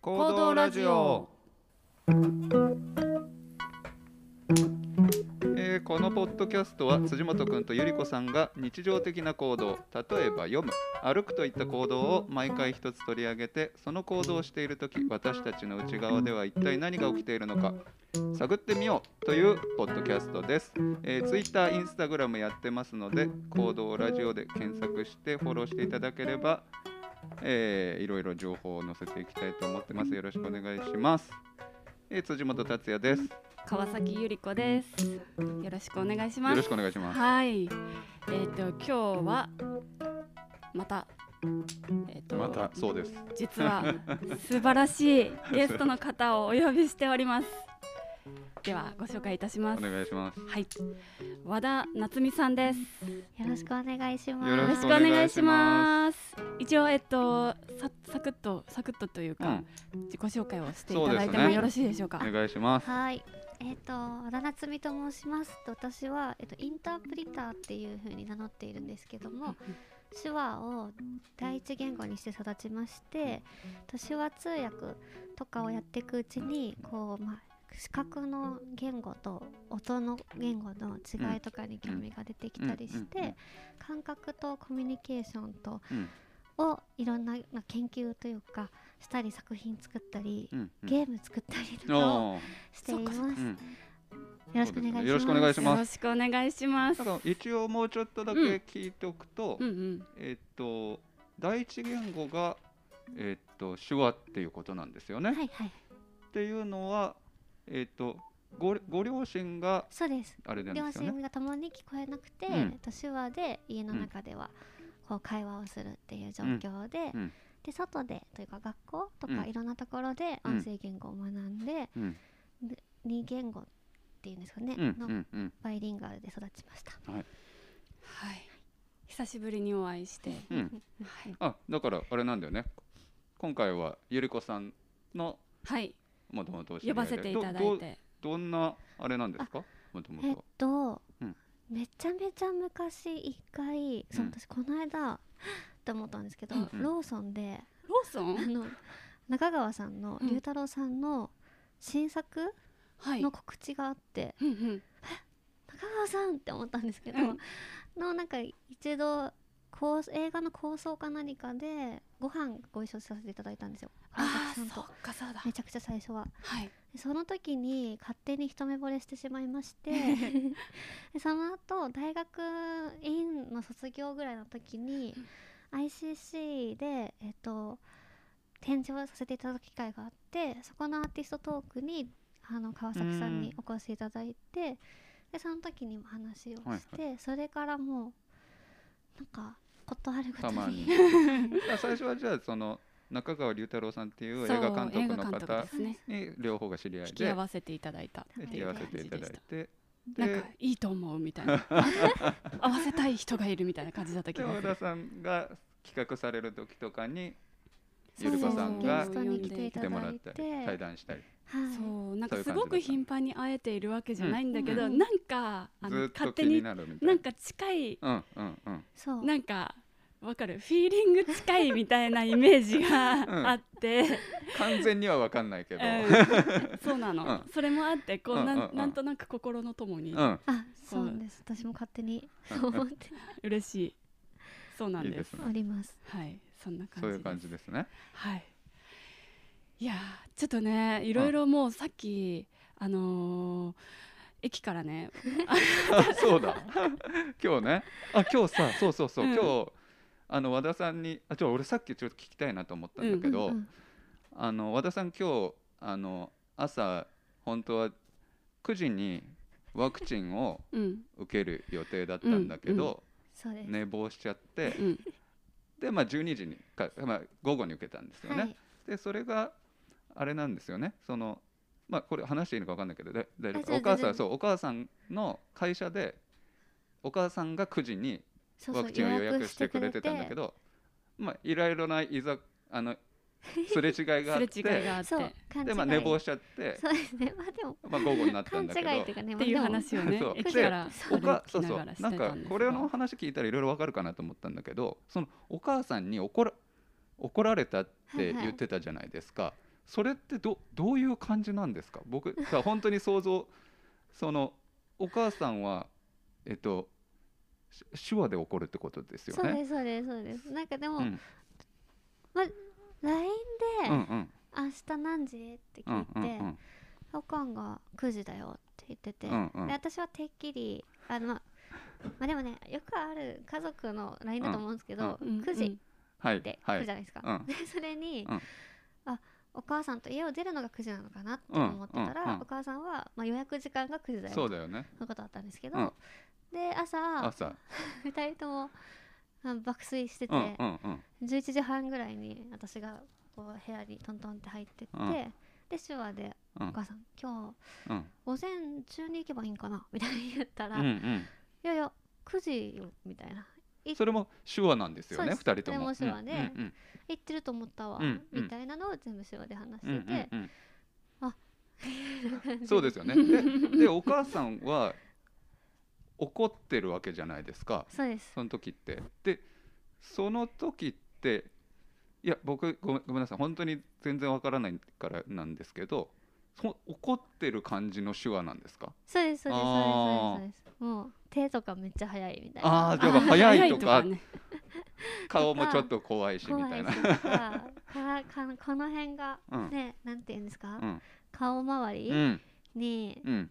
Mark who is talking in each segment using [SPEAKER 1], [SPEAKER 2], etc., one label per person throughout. [SPEAKER 1] 行動ラジオえーこのポッドキャストは辻元くんとゆり子さんが日常的な行動例えば読む歩くといった行動を毎回一つ取り上げてその行動をしている時私たちの内側では一体何が起きているのか探ってみようというポッドキャストです、えー、Twitter、Instagram やってますので行動ラジオで検索してフォローしていただければ、えーいろいろ情報を載せていきたいと思ってますよろしくお願いします、えー辻元達也ですよ
[SPEAKER 2] 川崎ゆり子です。よろしくお願いします。
[SPEAKER 1] ろしくお願いします
[SPEAKER 2] はい。えっ、と今日はまたえっ、と
[SPEAKER 1] またそうです
[SPEAKER 2] 実は素晴らしいゲストの方をお呼びしております。ではご紹介いたしま
[SPEAKER 1] お
[SPEAKER 2] す。
[SPEAKER 1] 願いします
[SPEAKER 2] はい。和田夏美さんです。
[SPEAKER 3] よろしくお願いします。
[SPEAKER 1] よ
[SPEAKER 2] よ
[SPEAKER 1] ろ
[SPEAKER 2] ろ
[SPEAKER 1] し
[SPEAKER 2] し
[SPEAKER 1] く
[SPEAKER 2] く
[SPEAKER 1] お
[SPEAKER 2] お
[SPEAKER 1] 願
[SPEAKER 2] 願
[SPEAKER 1] い
[SPEAKER 2] い
[SPEAKER 1] し
[SPEAKER 2] し
[SPEAKER 1] ま
[SPEAKER 2] ます。一応えっ、とさサクッとサクッとという
[SPEAKER 1] う
[SPEAKER 2] か、
[SPEAKER 1] ん
[SPEAKER 2] 自己紹介をしてい
[SPEAKER 1] そう
[SPEAKER 2] た
[SPEAKER 1] ですね
[SPEAKER 2] だいてもよろしいでしょうか。
[SPEAKER 1] お願いします
[SPEAKER 3] はい。えっ、と、和田夏美と申します。と私は、えっ、と、インタープリターっていう風に名乗っているんですけども。手話を第一言語にして育ちまして。と手話通訳とかをやっていくうちに、こう、まあ。視覚の言語と音の言語の違いとかに興味が出てきたりし
[SPEAKER 1] うんうんうん
[SPEAKER 3] て感覚とコミュニケーションと
[SPEAKER 1] うん
[SPEAKER 3] をいろんなまあ研究というかしたり作品作ったり
[SPEAKER 1] うんうん
[SPEAKER 3] ゲーム作ったりとかを
[SPEAKER 1] おー
[SPEAKER 3] しています。
[SPEAKER 2] そっかそっ
[SPEAKER 3] よ
[SPEAKER 1] うん
[SPEAKER 3] ろしくお願いします。
[SPEAKER 1] よろしくお願いします
[SPEAKER 2] よろしくお願いします
[SPEAKER 1] た。だ一応もうちょっとだけ聞いておくと、
[SPEAKER 2] うんうん。
[SPEAKER 1] えっと第一言語がえっと手話っていうことなんですよね。
[SPEAKER 3] はいはい、
[SPEAKER 1] っていうのはえっとごご両親が
[SPEAKER 3] そうです。
[SPEAKER 1] あれなんで
[SPEAKER 3] 両
[SPEAKER 1] すよね。
[SPEAKER 3] 親が共に聞こえなくて、
[SPEAKER 1] うん
[SPEAKER 3] と手話で家の中ではこう会話をするっていう状況で、
[SPEAKER 1] うんうん
[SPEAKER 3] で外でというか学校と
[SPEAKER 1] う
[SPEAKER 3] か
[SPEAKER 1] ん
[SPEAKER 3] いろんなところで
[SPEAKER 1] うん
[SPEAKER 3] 音声言語を学んで、
[SPEAKER 1] うん
[SPEAKER 3] 二言語っていうんですかね、
[SPEAKER 1] うんう
[SPEAKER 3] の
[SPEAKER 1] んうん
[SPEAKER 3] バイリンガルで育ちました。
[SPEAKER 2] はい。久しぶりにお会いして。
[SPEAKER 1] うん。
[SPEAKER 2] はい。
[SPEAKER 1] あだからあれなんだよね。今回はゆり子さんの
[SPEAKER 2] はい。
[SPEAKER 1] もともとお知り
[SPEAKER 2] 呼
[SPEAKER 1] 合
[SPEAKER 2] ば
[SPEAKER 1] いで
[SPEAKER 2] せていただ
[SPEAKER 1] どど
[SPEAKER 2] いて。
[SPEAKER 1] どんなあれなんですかもとも
[SPEAKER 3] えっ
[SPEAKER 1] と。
[SPEAKER 3] と、
[SPEAKER 1] うん
[SPEAKER 3] めちゃめちゃ昔一回、そう
[SPEAKER 1] うん
[SPEAKER 3] 私この間って思ったんですけど、
[SPEAKER 2] うん
[SPEAKER 1] うん
[SPEAKER 3] ローソンで
[SPEAKER 2] ローソ
[SPEAKER 3] あ
[SPEAKER 2] ン。
[SPEAKER 3] の中川さんの
[SPEAKER 2] うん
[SPEAKER 3] 龍太郎さんの新作
[SPEAKER 2] はい。
[SPEAKER 3] の告知があって、
[SPEAKER 2] うんうん。
[SPEAKER 3] 中川さんって思ったんですけど、
[SPEAKER 2] うん
[SPEAKER 3] のなんか一度こう映画の構想か何かでご飯ご一緒させていただいたんですよ
[SPEAKER 2] ああ、
[SPEAKER 3] 監督
[SPEAKER 2] そ
[SPEAKER 3] さ
[SPEAKER 2] っか、そ
[SPEAKER 3] んと
[SPEAKER 2] うだ。
[SPEAKER 3] めちゃくちゃ最初は
[SPEAKER 2] はい。
[SPEAKER 3] でその時に勝手に一目惚れしてしまいまして でその後大学院の卒業ぐらいの時に ICC で、えっと展示をさせていただく機会があってそこのアーティストトークにあの川崎さんにお越しいただいてでその時にも話をして、それからもうなんかことあるごと
[SPEAKER 1] た
[SPEAKER 3] に
[SPEAKER 1] まにあ 最初はじゃあその中川龍太郎さんっていう映画監督の
[SPEAKER 2] そう映画
[SPEAKER 1] 方
[SPEAKER 2] ですね。
[SPEAKER 1] に両方が知り合い
[SPEAKER 2] 引き
[SPEAKER 1] で
[SPEAKER 2] 合わせていただいたって
[SPEAKER 1] 引
[SPEAKER 2] い
[SPEAKER 1] き合
[SPEAKER 2] う
[SPEAKER 1] わ
[SPEAKER 2] 感
[SPEAKER 1] せてい
[SPEAKER 2] じ
[SPEAKER 1] た
[SPEAKER 2] で
[SPEAKER 1] だい
[SPEAKER 2] した。
[SPEAKER 1] て
[SPEAKER 2] なん
[SPEAKER 1] で
[SPEAKER 2] かいいと思うみた いな。合わせたい人がいるみたいな感じだった気
[SPEAKER 1] で
[SPEAKER 2] が
[SPEAKER 1] 和
[SPEAKER 2] す
[SPEAKER 1] 田
[SPEAKER 2] る。
[SPEAKER 1] さんが企画される時とかに
[SPEAKER 2] そう
[SPEAKER 1] ゆり子さんが
[SPEAKER 3] ゲストに来てい
[SPEAKER 1] 来
[SPEAKER 3] た
[SPEAKER 1] ても
[SPEAKER 3] だ
[SPEAKER 1] らっ
[SPEAKER 3] い
[SPEAKER 1] た
[SPEAKER 3] て
[SPEAKER 1] り対談したり
[SPEAKER 3] はい
[SPEAKER 2] そう、なん
[SPEAKER 1] そういう感じだ
[SPEAKER 2] かす
[SPEAKER 1] った
[SPEAKER 2] ごく頻繁に会えているわけじゃないんだけど、
[SPEAKER 3] うん
[SPEAKER 2] なんか、あ
[SPEAKER 1] ず
[SPEAKER 2] の、
[SPEAKER 1] っと
[SPEAKER 2] 勝
[SPEAKER 1] 気
[SPEAKER 2] 手
[SPEAKER 1] に
[SPEAKER 2] に。
[SPEAKER 1] なるみたいな
[SPEAKER 2] なんか近い、
[SPEAKER 1] うんうんうん
[SPEAKER 3] そう
[SPEAKER 2] なんか。わかるフィーリング近いみたいなイメージ
[SPEAKER 1] うん
[SPEAKER 2] があって、
[SPEAKER 1] 完全には分かんないけど
[SPEAKER 2] うんそうなの、
[SPEAKER 1] う
[SPEAKER 2] それもあってこう
[SPEAKER 1] うん
[SPEAKER 2] な
[SPEAKER 1] うん
[SPEAKER 2] ん
[SPEAKER 1] うん
[SPEAKER 2] なんとなく心のともに
[SPEAKER 1] うん
[SPEAKER 3] あそう
[SPEAKER 2] そう
[SPEAKER 3] です私も勝手にそう思って
[SPEAKER 2] 嬉しい、そうなん
[SPEAKER 1] いい
[SPEAKER 2] です
[SPEAKER 1] ですね
[SPEAKER 3] おります
[SPEAKER 2] はいそんな感じ
[SPEAKER 1] そう
[SPEAKER 2] です
[SPEAKER 1] いう感じですね
[SPEAKER 2] はいいやーちょっとねいろいろもうさっき、あのー駅からね
[SPEAKER 1] あそうだ 今日ねあ今日さそうそうそう
[SPEAKER 2] うん
[SPEAKER 1] 今日あの和田さんにあちょ俺さっきちょっと聞きたいなと思ったんだけど
[SPEAKER 3] うんうん
[SPEAKER 1] あの和田さん今日あの朝本当は9時にワクチンを
[SPEAKER 2] うん
[SPEAKER 1] 受ける予定だったんだけど、
[SPEAKER 3] そうです、
[SPEAKER 1] 寝坊しちゃって
[SPEAKER 2] うん
[SPEAKER 1] で、まあ、12時にか、まあ、午後に受けたんですよね。
[SPEAKER 3] はい
[SPEAKER 1] でそれがあれなんですよねそのまあこれ話していいのか分かんないけどだ大丈夫か
[SPEAKER 3] あ
[SPEAKER 1] お母さ
[SPEAKER 3] 全
[SPEAKER 1] ん
[SPEAKER 3] 然
[SPEAKER 1] そうお母さんの会社でお母さんが9時に
[SPEAKER 3] そうそう
[SPEAKER 1] ワクチンを予約してくれてたんだけどまあいろいろないざあのすれ違いがあっ
[SPEAKER 2] すれ違い
[SPEAKER 1] て
[SPEAKER 2] があって
[SPEAKER 3] そう
[SPEAKER 2] っ
[SPEAKER 3] 勘違い
[SPEAKER 1] で、まあ、寝坊しちゃって、
[SPEAKER 3] そうですねまあでも
[SPEAKER 1] まあ、午後になった
[SPEAKER 3] 勘
[SPEAKER 1] んだけ
[SPEAKER 3] 違い
[SPEAKER 1] ど
[SPEAKER 3] っていうかね
[SPEAKER 2] ていう
[SPEAKER 3] まあでも
[SPEAKER 2] 話をね
[SPEAKER 1] そう
[SPEAKER 2] 駅から
[SPEAKER 1] おか
[SPEAKER 2] 歩
[SPEAKER 1] そ
[SPEAKER 2] き
[SPEAKER 1] う
[SPEAKER 2] な
[SPEAKER 1] そう
[SPEAKER 2] がらし
[SPEAKER 1] なん
[SPEAKER 2] てた
[SPEAKER 1] か
[SPEAKER 2] んです
[SPEAKER 1] これの話聞いたらいろいろわかるかなと思ったんだけどそのお母さんに怒ら怒られたって言ってたじゃないですか、それってどどういう感じなんですか僕さ本当に想像そのお母さんはえっとし手話で怒るってことですよ
[SPEAKER 3] そうで
[SPEAKER 1] ね。
[SPEAKER 3] すそうですそうですなんかでも、
[SPEAKER 1] うん
[SPEAKER 3] LINE で、
[SPEAKER 1] うんうん
[SPEAKER 3] 明日何時?」って
[SPEAKER 1] う
[SPEAKER 3] 聞い
[SPEAKER 1] ん
[SPEAKER 3] て
[SPEAKER 1] うんうん
[SPEAKER 3] 「おかんが9時だよ」って言ってて、
[SPEAKER 1] うんうん
[SPEAKER 3] で私はてっきりあのまあでもねよくある家族の LINE だと思うんですけど、
[SPEAKER 2] うん
[SPEAKER 3] 9時っ
[SPEAKER 1] はい
[SPEAKER 3] て
[SPEAKER 1] は
[SPEAKER 3] 来るじ
[SPEAKER 1] い
[SPEAKER 3] ゃないですか、
[SPEAKER 1] うん
[SPEAKER 3] でそれに、
[SPEAKER 1] うん
[SPEAKER 3] あお母さんと家を出るのが9時なのかなって思ってたら、
[SPEAKER 1] うんうんうん
[SPEAKER 3] お母さんは、まあ、予約時間が9時だよ
[SPEAKER 1] そう
[SPEAKER 3] と
[SPEAKER 1] だよね
[SPEAKER 3] いうことだったんですけど、
[SPEAKER 1] うん
[SPEAKER 3] で 朝
[SPEAKER 1] 朝
[SPEAKER 3] 2人ともあ爆睡してて、
[SPEAKER 1] うんうんうん
[SPEAKER 3] 11時半ぐらいに私がこう部屋にトントンって入ってって、
[SPEAKER 1] うん
[SPEAKER 3] で手話で
[SPEAKER 1] うん
[SPEAKER 3] お母さん今日
[SPEAKER 1] うん
[SPEAKER 3] 午前中に行けばいいんかなみたいに言ったら、
[SPEAKER 1] うんう
[SPEAKER 3] い
[SPEAKER 1] ん
[SPEAKER 3] やいや9時よみたいな
[SPEAKER 1] それも手話なんですよね
[SPEAKER 3] そう
[SPEAKER 1] 二
[SPEAKER 3] です
[SPEAKER 1] 人とも。
[SPEAKER 3] それも手話で
[SPEAKER 1] うんうん
[SPEAKER 3] 行ってると思ったわ、
[SPEAKER 1] うんうん
[SPEAKER 3] みたいなのを全部手話で話して
[SPEAKER 1] うんうん
[SPEAKER 3] て、
[SPEAKER 1] うんうん
[SPEAKER 3] 感じ
[SPEAKER 1] そうですよね。ででお母さんは怒ってるわけじゃないですか。
[SPEAKER 3] そうです
[SPEAKER 1] その時ってでその時っていや僕ごめんごめんなさい本当に全然わからないからなんですけどそ怒ってる感じの手話なんですか
[SPEAKER 3] そうですそうで
[SPEAKER 1] あ
[SPEAKER 3] すそうです
[SPEAKER 1] ー
[SPEAKER 3] そうですもう手とかめっちゃ早いみたい
[SPEAKER 1] あ
[SPEAKER 3] な
[SPEAKER 1] ーでも早いとか
[SPEAKER 2] ね
[SPEAKER 1] 顔もちょっと怖いしみ
[SPEAKER 3] 怖
[SPEAKER 1] たい
[SPEAKER 3] い
[SPEAKER 1] な
[SPEAKER 3] し。とかから かこの辺が
[SPEAKER 1] うん
[SPEAKER 3] ね、なんて言うんですか、
[SPEAKER 1] うん
[SPEAKER 3] 顔周
[SPEAKER 1] う
[SPEAKER 3] り
[SPEAKER 1] ん
[SPEAKER 3] に、
[SPEAKER 1] うん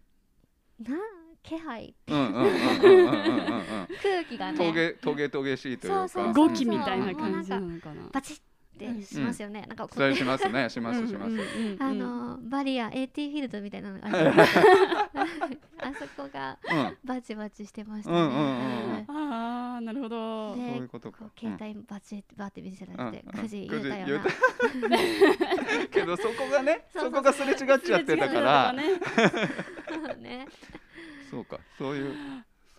[SPEAKER 3] な気配
[SPEAKER 1] うんうんうんうんうんうんうん
[SPEAKER 3] 空気がね
[SPEAKER 1] トゲトゲトゲしいというか
[SPEAKER 3] そうそうそう
[SPEAKER 2] 語気みたいな感じなのかな。
[SPEAKER 3] バチってしますよね、なんかこ
[SPEAKER 1] そうれしますねしますします
[SPEAKER 2] うんうんうん
[SPEAKER 3] あ
[SPEAKER 2] うん
[SPEAKER 3] のバリア AT フィールドみたいなのがあるじゃ ないですかあそこが
[SPEAKER 1] うん
[SPEAKER 3] バチバチしてました
[SPEAKER 1] うんうんうんうん
[SPEAKER 3] ね
[SPEAKER 2] ああなるほど。
[SPEAKER 1] そう
[SPEAKER 3] で
[SPEAKER 1] いうこと
[SPEAKER 3] こ
[SPEAKER 1] か
[SPEAKER 3] う携帯バチってバーって見せられて
[SPEAKER 1] うんうん
[SPEAKER 3] 9時言えた
[SPEAKER 1] くじ言
[SPEAKER 3] よ
[SPEAKER 1] え
[SPEAKER 3] な
[SPEAKER 1] たうんけどそこがね
[SPEAKER 3] そうそ
[SPEAKER 1] そうこがすれ違っちゃってたから
[SPEAKER 2] すれ違ってたとかね
[SPEAKER 3] ね
[SPEAKER 1] そうかそういう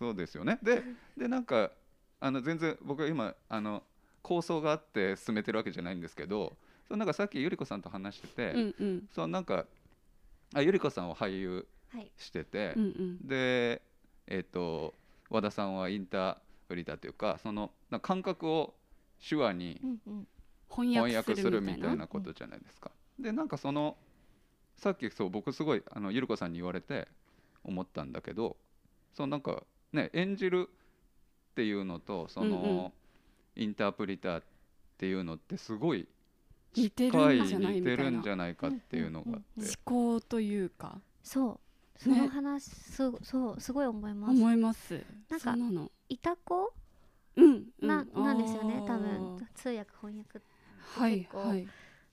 [SPEAKER 1] そうですよねででなんかあの全然僕は今あの構想があって進めてるわけじゃないんですけどそのなんかさっきゆり子さんと話してて、
[SPEAKER 2] うんうん
[SPEAKER 1] そのなんかあゆり子さんは俳優
[SPEAKER 3] はい
[SPEAKER 1] してて、
[SPEAKER 2] うんうん
[SPEAKER 1] でえっ、と和田さんはインターフリーだというかそのなんか感覚を手話に
[SPEAKER 3] うんうん
[SPEAKER 2] 翻
[SPEAKER 1] 翻
[SPEAKER 2] 訳
[SPEAKER 1] 訳
[SPEAKER 2] す
[SPEAKER 1] す
[SPEAKER 2] る
[SPEAKER 1] る
[SPEAKER 2] み
[SPEAKER 1] みた
[SPEAKER 2] たい
[SPEAKER 1] い
[SPEAKER 2] な。
[SPEAKER 1] なことじゃないですか。でなんかそのさっきそう僕すごいあのゆる子さんに言われて思ったんだけどそのなんかね演じるっていうのとその、
[SPEAKER 2] うんうん
[SPEAKER 1] インタープリターっていうのってすごい
[SPEAKER 2] 似て
[SPEAKER 1] 近い
[SPEAKER 2] るんじゃない
[SPEAKER 1] 似て
[SPEAKER 2] みた
[SPEAKER 1] る
[SPEAKER 2] い
[SPEAKER 1] ん
[SPEAKER 2] な
[SPEAKER 1] じ。ゃないかっていうのがあって。
[SPEAKER 3] うんうんう
[SPEAKER 2] 思
[SPEAKER 3] ん
[SPEAKER 2] 考というか
[SPEAKER 3] そうそ
[SPEAKER 2] ね
[SPEAKER 3] の話、そうそうすごい思います
[SPEAKER 2] 思います。
[SPEAKER 3] なん
[SPEAKER 2] そ
[SPEAKER 3] か
[SPEAKER 2] うなの。
[SPEAKER 3] いた子
[SPEAKER 2] うんうん
[SPEAKER 3] な,、なんですよね
[SPEAKER 2] あー
[SPEAKER 3] 多分通訳翻訳
[SPEAKER 2] はい
[SPEAKER 3] 結構
[SPEAKER 2] はい。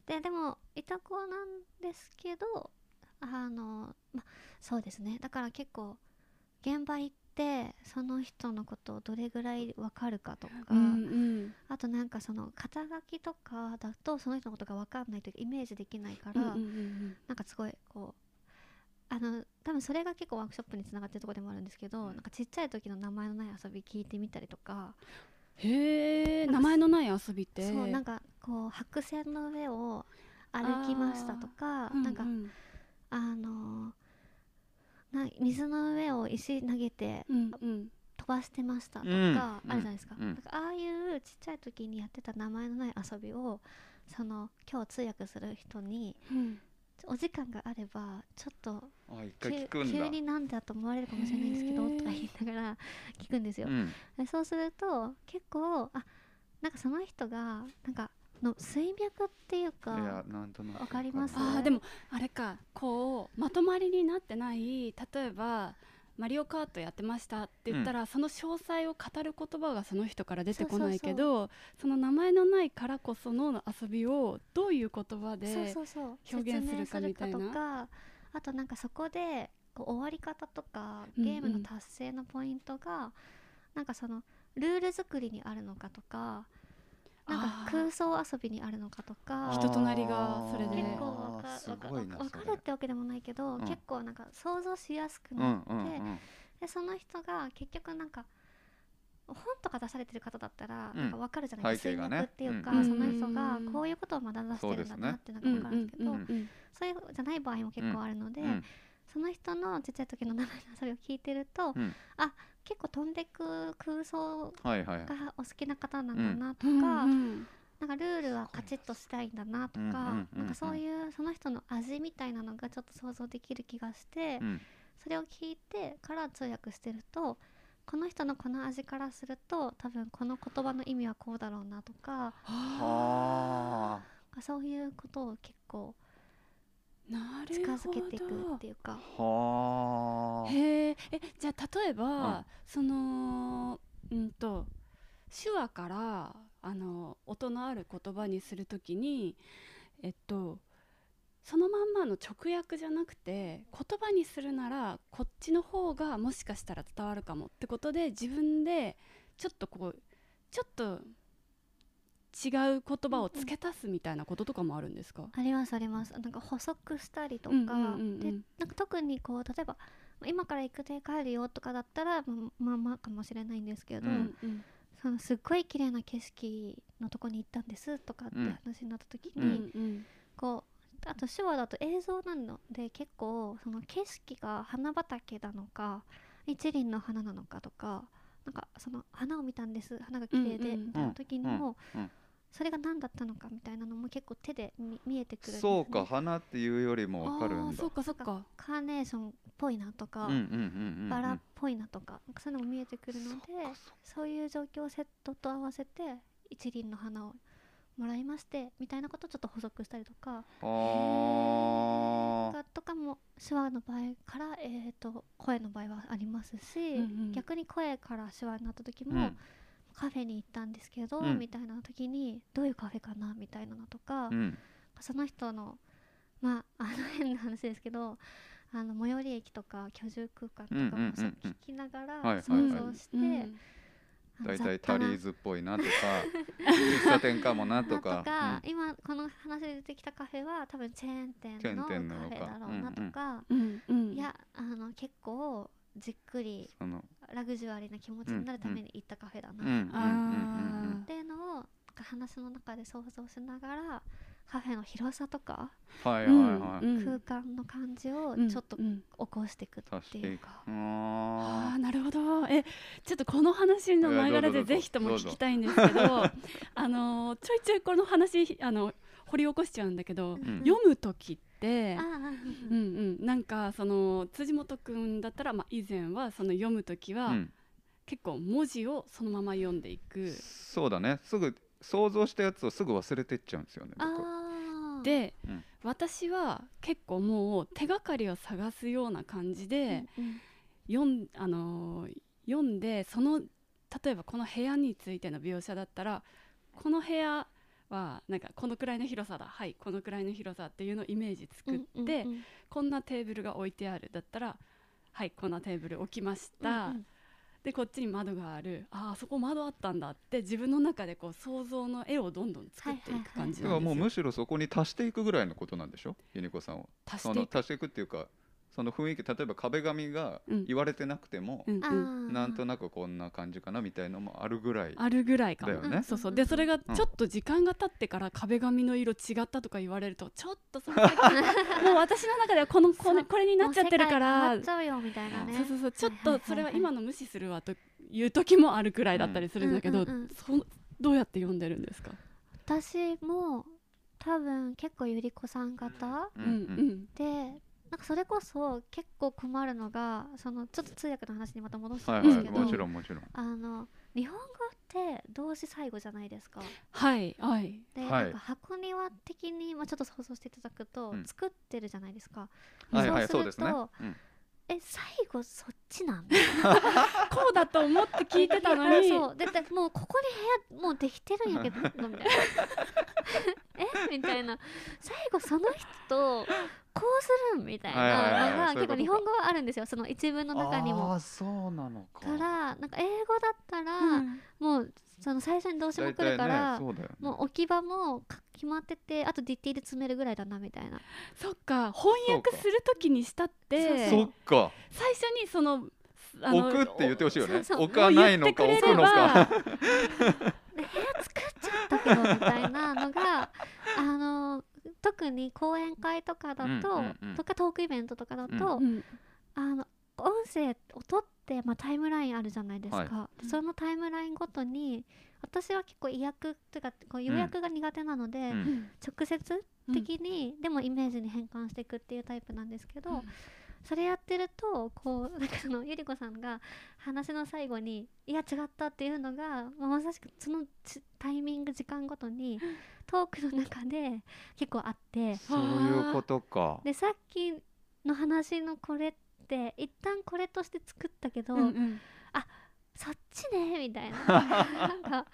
[SPEAKER 3] ででもいた子なんですけどあの、ま、そうですねだから結構現場行ってその人のことをどれぐらい分かるかとか、
[SPEAKER 2] うんうん
[SPEAKER 3] あとなんかその肩書きとかだとその人のことが分かんないというかイメージできないか
[SPEAKER 2] う
[SPEAKER 3] ら、
[SPEAKER 2] んうんうん
[SPEAKER 3] なんかすごいこうあの多分それが結構ワークショップにつながってるところでもあるんですけど、なんかちっちゃい時の名前のない遊び聞いてみたりとか、
[SPEAKER 2] へえ名前のない遊びって。
[SPEAKER 3] そうなんかこう白線の上を歩きましたとか、
[SPEAKER 2] うう
[SPEAKER 3] なんか
[SPEAKER 2] うん
[SPEAKER 3] あのな水の上を石投げて
[SPEAKER 2] うん
[SPEAKER 3] 飛ばしてましたと
[SPEAKER 1] う
[SPEAKER 3] か、
[SPEAKER 1] ん
[SPEAKER 3] あるじゃないですか,、
[SPEAKER 1] うんうん
[SPEAKER 3] なんかああいうちっちゃい時にやってた名前のない遊びをその今日通訳する人に
[SPEAKER 2] うん。
[SPEAKER 3] お時間があればちょっと
[SPEAKER 1] あ一
[SPEAKER 3] 急
[SPEAKER 1] 回聞くんだ
[SPEAKER 3] 急になんだと思われるかもしれないんですけど
[SPEAKER 2] へー
[SPEAKER 3] とか言いながら聞くんですよ
[SPEAKER 1] う、ん
[SPEAKER 3] でそうすると結構あなんかその人がなんかの水脈っていう
[SPEAKER 1] いや
[SPEAKER 3] か
[SPEAKER 1] なんとなく
[SPEAKER 3] わかります
[SPEAKER 2] あ
[SPEAKER 1] わ
[SPEAKER 2] ー
[SPEAKER 1] か
[SPEAKER 2] で
[SPEAKER 1] る
[SPEAKER 2] もあれかこうまとまりになってない例えば「マリオカートやってました」って言ったら、その詳細を語る言葉がその人から出てこないけどその名前のないからこその遊びをどういう言葉で
[SPEAKER 3] そうそうそう
[SPEAKER 2] 表現するかみたいな
[SPEAKER 3] 説明するかとかあとなんかそこでこう終わり方とか
[SPEAKER 2] うんうん
[SPEAKER 3] ゲームの達成のポイントが、なんかそのルール作りにあるのかとかなん
[SPEAKER 2] あ
[SPEAKER 3] か
[SPEAKER 2] ー
[SPEAKER 3] 空想遊びにあるのかとか
[SPEAKER 2] 人となりがそれで
[SPEAKER 3] 結構わ
[SPEAKER 1] あーす
[SPEAKER 3] かわか
[SPEAKER 1] ごいな
[SPEAKER 3] わ
[SPEAKER 1] そ
[SPEAKER 3] か
[SPEAKER 1] れ
[SPEAKER 3] るってわけでもないけど、
[SPEAKER 1] ん
[SPEAKER 3] 結構なんか想像しやすく
[SPEAKER 1] う
[SPEAKER 3] な
[SPEAKER 1] ん
[SPEAKER 3] って、
[SPEAKER 1] うんうん
[SPEAKER 3] でその人が結局なんか本とか出されてる方だったら
[SPEAKER 1] うん
[SPEAKER 3] なんかわかるじゃないですか、
[SPEAKER 1] 背景がね
[SPEAKER 3] 水墨っていうか、
[SPEAKER 2] うん
[SPEAKER 3] その人
[SPEAKER 2] う
[SPEAKER 3] が
[SPEAKER 2] ん
[SPEAKER 3] こういうことを学ばせてるんだなっていうのが
[SPEAKER 2] うん
[SPEAKER 3] わかるんですけど、
[SPEAKER 2] うんうん
[SPEAKER 3] そういうじゃない場合も結構あるので、
[SPEAKER 1] うん
[SPEAKER 3] その人のちっちゃい時の名前の遊びを聞いてると、
[SPEAKER 1] うん
[SPEAKER 3] あ結構飛んでく空想
[SPEAKER 1] はいはい
[SPEAKER 3] がお好きな方なんだなとか、
[SPEAKER 2] うんうん
[SPEAKER 3] なんかルールはカチッとしたいんだなと
[SPEAKER 1] うんうん
[SPEAKER 3] か
[SPEAKER 1] うん
[SPEAKER 3] なんかそう
[SPEAKER 1] うん
[SPEAKER 3] いうその人の味みたいなのがちょっと想像できる気がして
[SPEAKER 1] うん
[SPEAKER 3] それを聞いてから通訳してるとこの人のこの味からすると多分この言葉の意味はこうだろうなとか
[SPEAKER 1] はあ
[SPEAKER 3] そういうことを結構
[SPEAKER 2] なる
[SPEAKER 3] 近
[SPEAKER 2] ほ
[SPEAKER 3] づけ
[SPEAKER 2] ど
[SPEAKER 3] ていくっていうか
[SPEAKER 1] はあ
[SPEAKER 2] へーえじゃあ例えば、
[SPEAKER 1] うん
[SPEAKER 2] そのうんと手話からあの音のある言葉にするときにえっとそのまんまの直訳じゃなくて言葉にするならこっちの方がもしかしたら伝わるかもってことで自分でちょっとこうちょっと違う言葉を付け足すみたいなこととかもあるんですか、
[SPEAKER 3] ありますありますなんか補足したりとか、
[SPEAKER 2] うんうんうんうん
[SPEAKER 3] でなんか特にこう例えばまあ今から行くで帰るよとかだったらまあまあまあかもしれないんですけど、
[SPEAKER 1] うん
[SPEAKER 2] うん
[SPEAKER 3] そのすっごい綺麗な景色のとこに行ったんですとかって
[SPEAKER 1] うん
[SPEAKER 3] 話になった時
[SPEAKER 1] う
[SPEAKER 3] に、
[SPEAKER 1] ん
[SPEAKER 2] うん
[SPEAKER 3] こうあと手話だと映像なので結構その景色が花畑なのか一輪の花なのかとかなんかその花を見たんです花が綺麗
[SPEAKER 2] うん
[SPEAKER 3] で
[SPEAKER 2] うん
[SPEAKER 3] みたいな時にも、
[SPEAKER 1] うんうん
[SPEAKER 3] それが何だったのかみたいなのも結構手で見見えてくるんですね
[SPEAKER 1] そうか花っていうよりもわかる
[SPEAKER 2] あ
[SPEAKER 1] ん
[SPEAKER 2] ー
[SPEAKER 1] だ
[SPEAKER 2] そうかそうか
[SPEAKER 3] カーネーションっぽいなとか、
[SPEAKER 1] うんうんうんうん
[SPEAKER 3] バラっぽいなとかなんかそういうのも見えてくるので
[SPEAKER 1] そっかそっか
[SPEAKER 3] そういう状況をセットと合わせて一輪の花をもらいましてみたいなことをちょっと補足したりとか
[SPEAKER 1] はあ
[SPEAKER 3] がとかも手話の場合から、えー、と声の場合はありますし、
[SPEAKER 2] うんうん
[SPEAKER 3] 逆に声から手話になった時
[SPEAKER 1] う
[SPEAKER 3] も、
[SPEAKER 1] ん
[SPEAKER 3] カフェに行ったんですけど、
[SPEAKER 1] うん
[SPEAKER 3] みたいな時にどういうカフェかなみたいなのとか、
[SPEAKER 1] うん
[SPEAKER 3] その人のまああの変な話ですけどあの最寄り駅とか居住空間と
[SPEAKER 1] う
[SPEAKER 3] か
[SPEAKER 1] んうん
[SPEAKER 3] も
[SPEAKER 1] うんうん
[SPEAKER 3] 聞きなが
[SPEAKER 1] はい
[SPEAKER 3] ら
[SPEAKER 1] はいはい
[SPEAKER 3] 想像して、
[SPEAKER 2] うん
[SPEAKER 3] あ
[SPEAKER 1] 大
[SPEAKER 3] の
[SPEAKER 1] 体
[SPEAKER 3] 雑多
[SPEAKER 1] タ
[SPEAKER 3] な
[SPEAKER 1] リーズっぽいなと か喫茶店かもなと
[SPEAKER 3] とか
[SPEAKER 1] か
[SPEAKER 3] 今この話で出てきたカフェは多分チェーン店
[SPEAKER 1] チェーン
[SPEAKER 3] のカ
[SPEAKER 1] 店なの
[SPEAKER 3] フ
[SPEAKER 1] か
[SPEAKER 3] ェだろうなとか、
[SPEAKER 2] うんうん、
[SPEAKER 3] いやあの結構じっくり
[SPEAKER 1] うんその
[SPEAKER 3] ラグジュアリーな気持ちになるために行ったカフェだ
[SPEAKER 1] うんう
[SPEAKER 3] なっ
[SPEAKER 1] んうんうん
[SPEAKER 3] ていうのをなんか話の中で想像しながらカフェの広さとか
[SPEAKER 1] うんはいはいはい
[SPEAKER 3] 空間の感じを
[SPEAKER 2] うん
[SPEAKER 3] ちょっと
[SPEAKER 2] う
[SPEAKER 3] 起
[SPEAKER 2] ん
[SPEAKER 3] こしていくっていうか。
[SPEAKER 2] あ
[SPEAKER 1] あ
[SPEAKER 2] あなるほどえちょっとこの話の流れ
[SPEAKER 1] いやどうぞどう
[SPEAKER 2] で
[SPEAKER 1] ぞ
[SPEAKER 2] ぜひとも聞きたいんですけど あのちょいちょいこの話あの掘り起こしちゃうんだけど、
[SPEAKER 1] ん
[SPEAKER 2] 読む時って
[SPEAKER 3] ああああ
[SPEAKER 2] うんうん、なんかその辻元くんだったら、まあ、以前はその読む時は、
[SPEAKER 1] ーうん
[SPEAKER 2] 結構文字をそのまま読んでいく
[SPEAKER 1] そうだねすぐ想像したやつをすぐ忘れてっちゃうんですよね
[SPEAKER 3] あ
[SPEAKER 1] 僕
[SPEAKER 3] あ、
[SPEAKER 2] で、
[SPEAKER 1] うん
[SPEAKER 2] 私は結構もう手がかりを探すような感じで、
[SPEAKER 3] うんうん
[SPEAKER 2] 読ん,、あのー読んでその例えばこの部屋についての描写だったらこの部屋はなんかこのくらいの広さだはいこのくらいの広さっていうのをイメージ作って、
[SPEAKER 3] うんうんうん
[SPEAKER 2] こんなテーブルが置いてあるだったらはいこんなテーブル置きました、
[SPEAKER 3] うんうん
[SPEAKER 2] でこっちに窓があるあーあそこ窓あったんだって自分の中でこう想像の絵をどんどん作っていく感じ
[SPEAKER 1] だ
[SPEAKER 2] な
[SPEAKER 1] から
[SPEAKER 2] んですよ、
[SPEAKER 1] もうむしろそこに足していくぐらいのことなんでしょユニコさんは
[SPEAKER 2] 足
[SPEAKER 1] そ
[SPEAKER 2] してい
[SPEAKER 1] の
[SPEAKER 2] く、
[SPEAKER 1] 足していくっていうかその雰囲気例えば壁紙が
[SPEAKER 2] うん
[SPEAKER 1] 言われてなくても、
[SPEAKER 2] うんうん
[SPEAKER 3] ああ
[SPEAKER 1] なんとなくこんな感じかなみたいのもあるぐらい
[SPEAKER 2] あるぐらいか
[SPEAKER 1] だ
[SPEAKER 2] も
[SPEAKER 1] よね
[SPEAKER 2] そうそう
[SPEAKER 3] うん
[SPEAKER 2] でそれがちょっと時間が経ってから壁紙の色違ったとか言われるとちょっとその先 もう私の中ではこのこ
[SPEAKER 3] そ
[SPEAKER 2] の
[SPEAKER 3] う
[SPEAKER 2] これになっちゃってるから
[SPEAKER 3] もう世界変わっちゃうよみたいなね
[SPEAKER 2] そうそうそうちょっ
[SPEAKER 3] は
[SPEAKER 2] と
[SPEAKER 3] いはいはいはい
[SPEAKER 2] それは今の無視するわという時もあるくらいだったりするんだけど、
[SPEAKER 3] うんうんうんうん
[SPEAKER 2] そうどうやって読んでるんですか、
[SPEAKER 3] 私も多分結構ゆりこさん方
[SPEAKER 1] う
[SPEAKER 2] うんん
[SPEAKER 1] う
[SPEAKER 2] うんん
[SPEAKER 3] でなんかそれこそ結構困るのがそのちょっと通訳の話にまた戻す
[SPEAKER 1] はい
[SPEAKER 3] んで
[SPEAKER 1] は
[SPEAKER 3] す
[SPEAKER 1] い
[SPEAKER 3] けど、
[SPEAKER 1] もちろんもちろん
[SPEAKER 3] あの日本語って動詞最後じゃないですか。
[SPEAKER 2] はいはい
[SPEAKER 3] で、
[SPEAKER 1] はい
[SPEAKER 3] なんか箱庭的に、まあ、ちょっと想像していただくと、
[SPEAKER 1] うん
[SPEAKER 3] 作ってるじゃないですか。
[SPEAKER 1] はいはい
[SPEAKER 3] そ
[SPEAKER 1] そうう
[SPEAKER 3] すると
[SPEAKER 1] ですね、うん
[SPEAKER 3] え最後そっちなん
[SPEAKER 2] こうだと思って聞いてたの
[SPEAKER 3] あ
[SPEAKER 2] に
[SPEAKER 3] そうででもうここに部屋もうできてるんやけ どみたいな えみたいな最後その人とこうするんみたい
[SPEAKER 1] はいはいはい
[SPEAKER 3] なのが
[SPEAKER 1] そういうこと
[SPEAKER 3] 結構
[SPEAKER 1] か
[SPEAKER 3] 日本語はあるんですよその一文の中にも
[SPEAKER 1] あ。ーそうなのか
[SPEAKER 3] からなんか英語だったら、
[SPEAKER 2] うん
[SPEAKER 3] もうその最初に動詞も
[SPEAKER 1] 大
[SPEAKER 3] 来
[SPEAKER 1] 体
[SPEAKER 3] るか
[SPEAKER 1] ね
[SPEAKER 3] ら、
[SPEAKER 1] そうだよね
[SPEAKER 3] もう置き場もか決まっててあとディティール詰めるぐらいだなみたいな
[SPEAKER 2] そっか翻訳する時にしたって
[SPEAKER 3] う
[SPEAKER 1] そっか
[SPEAKER 2] 最初にそのあの
[SPEAKER 1] 置くって言ってほしいよね
[SPEAKER 3] そうそう
[SPEAKER 1] 置かないのか
[SPEAKER 2] もう
[SPEAKER 1] 置
[SPEAKER 2] 言って
[SPEAKER 1] く
[SPEAKER 2] くれれ
[SPEAKER 1] の
[SPEAKER 2] ば
[SPEAKER 1] か
[SPEAKER 3] 作っちゃったけどみたいな のがあの特に講演会とかだ
[SPEAKER 1] う
[SPEAKER 3] と、
[SPEAKER 1] んうんうん
[SPEAKER 3] とかトークイベントとかだと、
[SPEAKER 1] うん
[SPEAKER 2] うん
[SPEAKER 3] あの音声を取っって、まあ、タイムラインあるじゃないですか、
[SPEAKER 2] い
[SPEAKER 3] そのタイムラインごとに私は結構意訳というかこう予約が苦手なので、
[SPEAKER 1] うん
[SPEAKER 3] 直接的に、でもイメージに変換していくっていうタイプなんですけど、
[SPEAKER 2] うん
[SPEAKER 3] それやってるとこうなんかそのゆり子さんが話の最後に「いや違った」っていうのが、まあまさしくそのちタイミング時間ごとにトークの中で結構あって
[SPEAKER 1] そういうことか。
[SPEAKER 3] でさっきの話のこれって一旦これとして作ったけど、
[SPEAKER 2] うんうん
[SPEAKER 3] そっちねみ たいななんか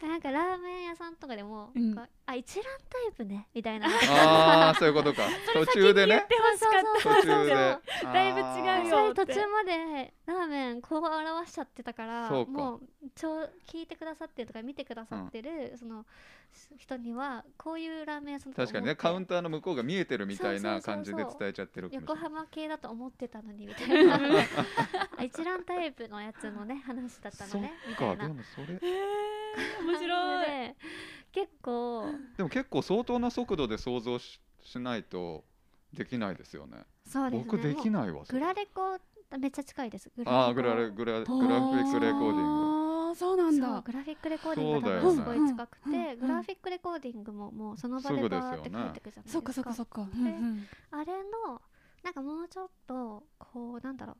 [SPEAKER 3] なんかラーメン屋さんとかでも、
[SPEAKER 2] うん
[SPEAKER 3] こうあ一覧タイプねみたいな。
[SPEAKER 1] ああ、そういうことか。途中でね。
[SPEAKER 2] 出ましかった
[SPEAKER 1] 途中で。あー
[SPEAKER 2] だいぶ違うよ
[SPEAKER 3] 途中までラーメンこう表しちゃってたから
[SPEAKER 1] そうか
[SPEAKER 3] もうちょ聞いてくださってるとか見てくださってる、その人にはこういうラーメン屋さんと
[SPEAKER 1] 確かにね、カウン
[SPEAKER 3] ト
[SPEAKER 1] ターの向こうが見えてるみたいな
[SPEAKER 3] そうそ
[SPEAKER 1] 感
[SPEAKER 3] うそ
[SPEAKER 1] じ
[SPEAKER 3] うそう
[SPEAKER 1] で伝えちゃってるかもし
[SPEAKER 3] 横
[SPEAKER 1] れない。
[SPEAKER 3] 浜系だと思ってたのにみたいなあ一覧タイプのやつのね話だった
[SPEAKER 1] そ
[SPEAKER 3] の
[SPEAKER 1] っ
[SPEAKER 3] ねみた
[SPEAKER 1] か、
[SPEAKER 3] いな
[SPEAKER 1] でもそれ。
[SPEAKER 2] えー面白い
[SPEAKER 3] 感じで結構
[SPEAKER 1] でも結構相当な速度で想像ししないとできないですよね。
[SPEAKER 3] そうですね
[SPEAKER 1] 僕でき
[SPEAKER 3] も
[SPEAKER 1] ないわ。
[SPEAKER 3] う
[SPEAKER 1] そ
[SPEAKER 3] グ
[SPEAKER 1] れ
[SPEAKER 3] ラレコめっちゃ近いですグ
[SPEAKER 1] ああ、グラレグラグラフィックスレコーディング。
[SPEAKER 2] ああそうなん
[SPEAKER 3] そう
[SPEAKER 2] だ
[SPEAKER 3] グラフィックレコーディ
[SPEAKER 1] そ
[SPEAKER 3] ング
[SPEAKER 1] う
[SPEAKER 3] が
[SPEAKER 1] だ
[SPEAKER 3] 多
[SPEAKER 1] よね
[SPEAKER 3] 分すごい近くて、
[SPEAKER 2] うんうん
[SPEAKER 3] グラフィックレコーディングももうその場
[SPEAKER 1] すぐ
[SPEAKER 3] で
[SPEAKER 1] で
[SPEAKER 3] バ
[SPEAKER 1] すよね
[SPEAKER 3] ーって書いてくじゃないですか
[SPEAKER 2] そっかそっかそっかうんうん
[SPEAKER 3] あれのなんかもうちょっとこうなんだろう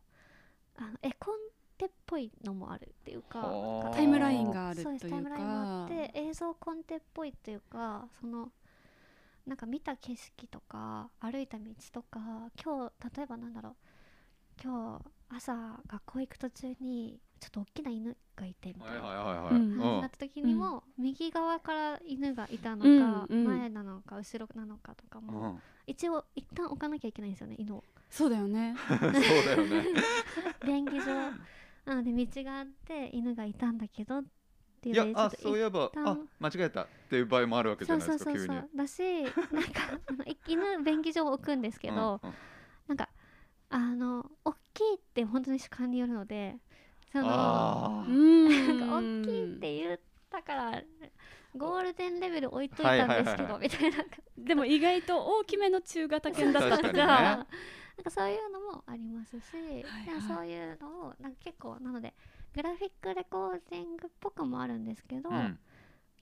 [SPEAKER 3] あの絵コンテっぽいのもあるっていうか
[SPEAKER 1] はあ
[SPEAKER 3] なんか
[SPEAKER 2] タイムラインがある
[SPEAKER 3] そうです
[SPEAKER 2] とい
[SPEAKER 3] タイ
[SPEAKER 2] う
[SPEAKER 3] ムラインが
[SPEAKER 2] か
[SPEAKER 3] あって映像コンテっぽいっていうかそのなんか見た景色とか歩いた道とか今日例えばなんだろう今日朝学校行く途中にちょっと大きな犬がいてみた
[SPEAKER 1] は
[SPEAKER 3] い
[SPEAKER 1] い
[SPEAKER 3] な
[SPEAKER 1] はいはいはい。う
[SPEAKER 2] うん
[SPEAKER 3] 話に
[SPEAKER 1] ん
[SPEAKER 3] なった時にも、右側から犬がいたのか、
[SPEAKER 2] うんうん
[SPEAKER 3] 前なのか後ろなのかとかも、
[SPEAKER 1] うん。
[SPEAKER 3] 一応一旦置かなきゃいけないんですよね 犬を
[SPEAKER 2] そうだよね
[SPEAKER 1] そうだよ ね。
[SPEAKER 3] 便宜上なので道があって犬がいたんだけどってい
[SPEAKER 1] いう
[SPEAKER 3] の
[SPEAKER 1] や
[SPEAKER 3] で
[SPEAKER 1] あ
[SPEAKER 3] ちょっと
[SPEAKER 1] そういえば
[SPEAKER 3] 一
[SPEAKER 1] あ
[SPEAKER 3] 旦
[SPEAKER 1] 間違えたっていう場合もあるわけじ
[SPEAKER 3] そ
[SPEAKER 1] ゃ
[SPEAKER 3] う
[SPEAKER 1] ない
[SPEAKER 3] そ
[SPEAKER 1] で
[SPEAKER 3] う
[SPEAKER 1] すか急
[SPEAKER 3] そう
[SPEAKER 1] に
[SPEAKER 3] そう。だしなんかあのい犬便宜上置くんですけど、
[SPEAKER 1] うんうん
[SPEAKER 3] なんかあの大きいって本当に主観によるのでその
[SPEAKER 1] あ
[SPEAKER 2] う
[SPEAKER 1] ー
[SPEAKER 2] ん
[SPEAKER 3] なんか大きいって言ったからゴールデンレベル置いといたんですけど、
[SPEAKER 1] は
[SPEAKER 3] みたいな
[SPEAKER 2] でも意外と大きめの中型犬だったと
[SPEAKER 1] 確かにね
[SPEAKER 2] か
[SPEAKER 3] なんかそういうのもありますし、
[SPEAKER 2] はい
[SPEAKER 3] なんかそういうのをなんか結構なのでグラフィックレコーディングっぽくもあるんですけど、
[SPEAKER 1] うん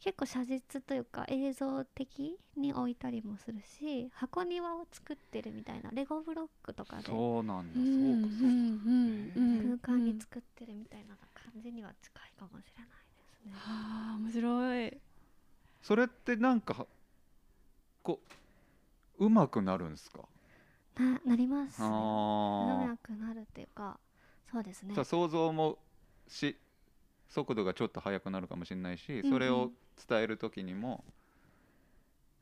[SPEAKER 3] 結構写実というか映像的に置いたりもするし箱庭を作ってるみたいなレゴブロックとかで
[SPEAKER 1] そうなんだ
[SPEAKER 2] うん
[SPEAKER 1] そうか
[SPEAKER 2] うんうんうん
[SPEAKER 3] 空間に作ってるみたいな感じには近いかもしれないですね。
[SPEAKER 2] はあ面白い
[SPEAKER 1] それってなんかこううまくなるんですか
[SPEAKER 3] ななりますね。
[SPEAKER 1] あ
[SPEAKER 3] うまくなるっていうかそうですね
[SPEAKER 1] あ。想像もし速度がちょっと速くなるかもしれないし
[SPEAKER 2] んうん
[SPEAKER 1] それを伝える時にも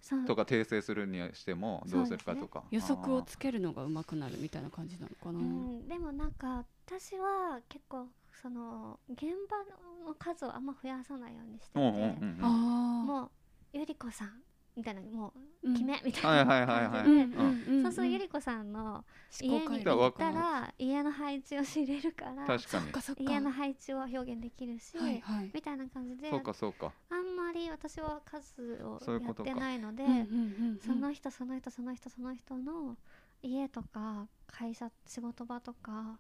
[SPEAKER 3] そう
[SPEAKER 1] とか訂正するにしてもどうするかとか
[SPEAKER 2] 予測をつけるのがうまくなるみたいな感じなのかな
[SPEAKER 3] うん、でもなんか私は結構その現場の数をあんま増やさないようにしてて、
[SPEAKER 1] あーうんうんうんうん
[SPEAKER 2] あ
[SPEAKER 3] もうゆり子さんみたいなも
[SPEAKER 2] あ
[SPEAKER 3] う決めみたい
[SPEAKER 1] はい
[SPEAKER 3] な
[SPEAKER 1] はいはいはい
[SPEAKER 3] 感
[SPEAKER 2] う
[SPEAKER 3] じ
[SPEAKER 2] ん
[SPEAKER 3] で
[SPEAKER 2] うんうん
[SPEAKER 3] そうそうゆり子さんの
[SPEAKER 2] 思
[SPEAKER 3] 家
[SPEAKER 2] 考回
[SPEAKER 3] に
[SPEAKER 2] 路
[SPEAKER 1] 思
[SPEAKER 3] 行
[SPEAKER 1] 考
[SPEAKER 3] ったら家の配置を知れるか
[SPEAKER 1] 確
[SPEAKER 3] ら
[SPEAKER 1] かに
[SPEAKER 2] そっかそっか
[SPEAKER 3] 家の配置を表現できるし、
[SPEAKER 2] はいはい
[SPEAKER 3] みたいな感じであ
[SPEAKER 1] そうんかそうか
[SPEAKER 3] まり私は数を
[SPEAKER 1] そういう
[SPEAKER 3] や
[SPEAKER 1] こ
[SPEAKER 3] っ
[SPEAKER 1] と
[SPEAKER 3] て
[SPEAKER 1] か
[SPEAKER 3] ないので。
[SPEAKER 2] うんうんうん
[SPEAKER 3] その人その人その人その人の家とか会社仕事場とか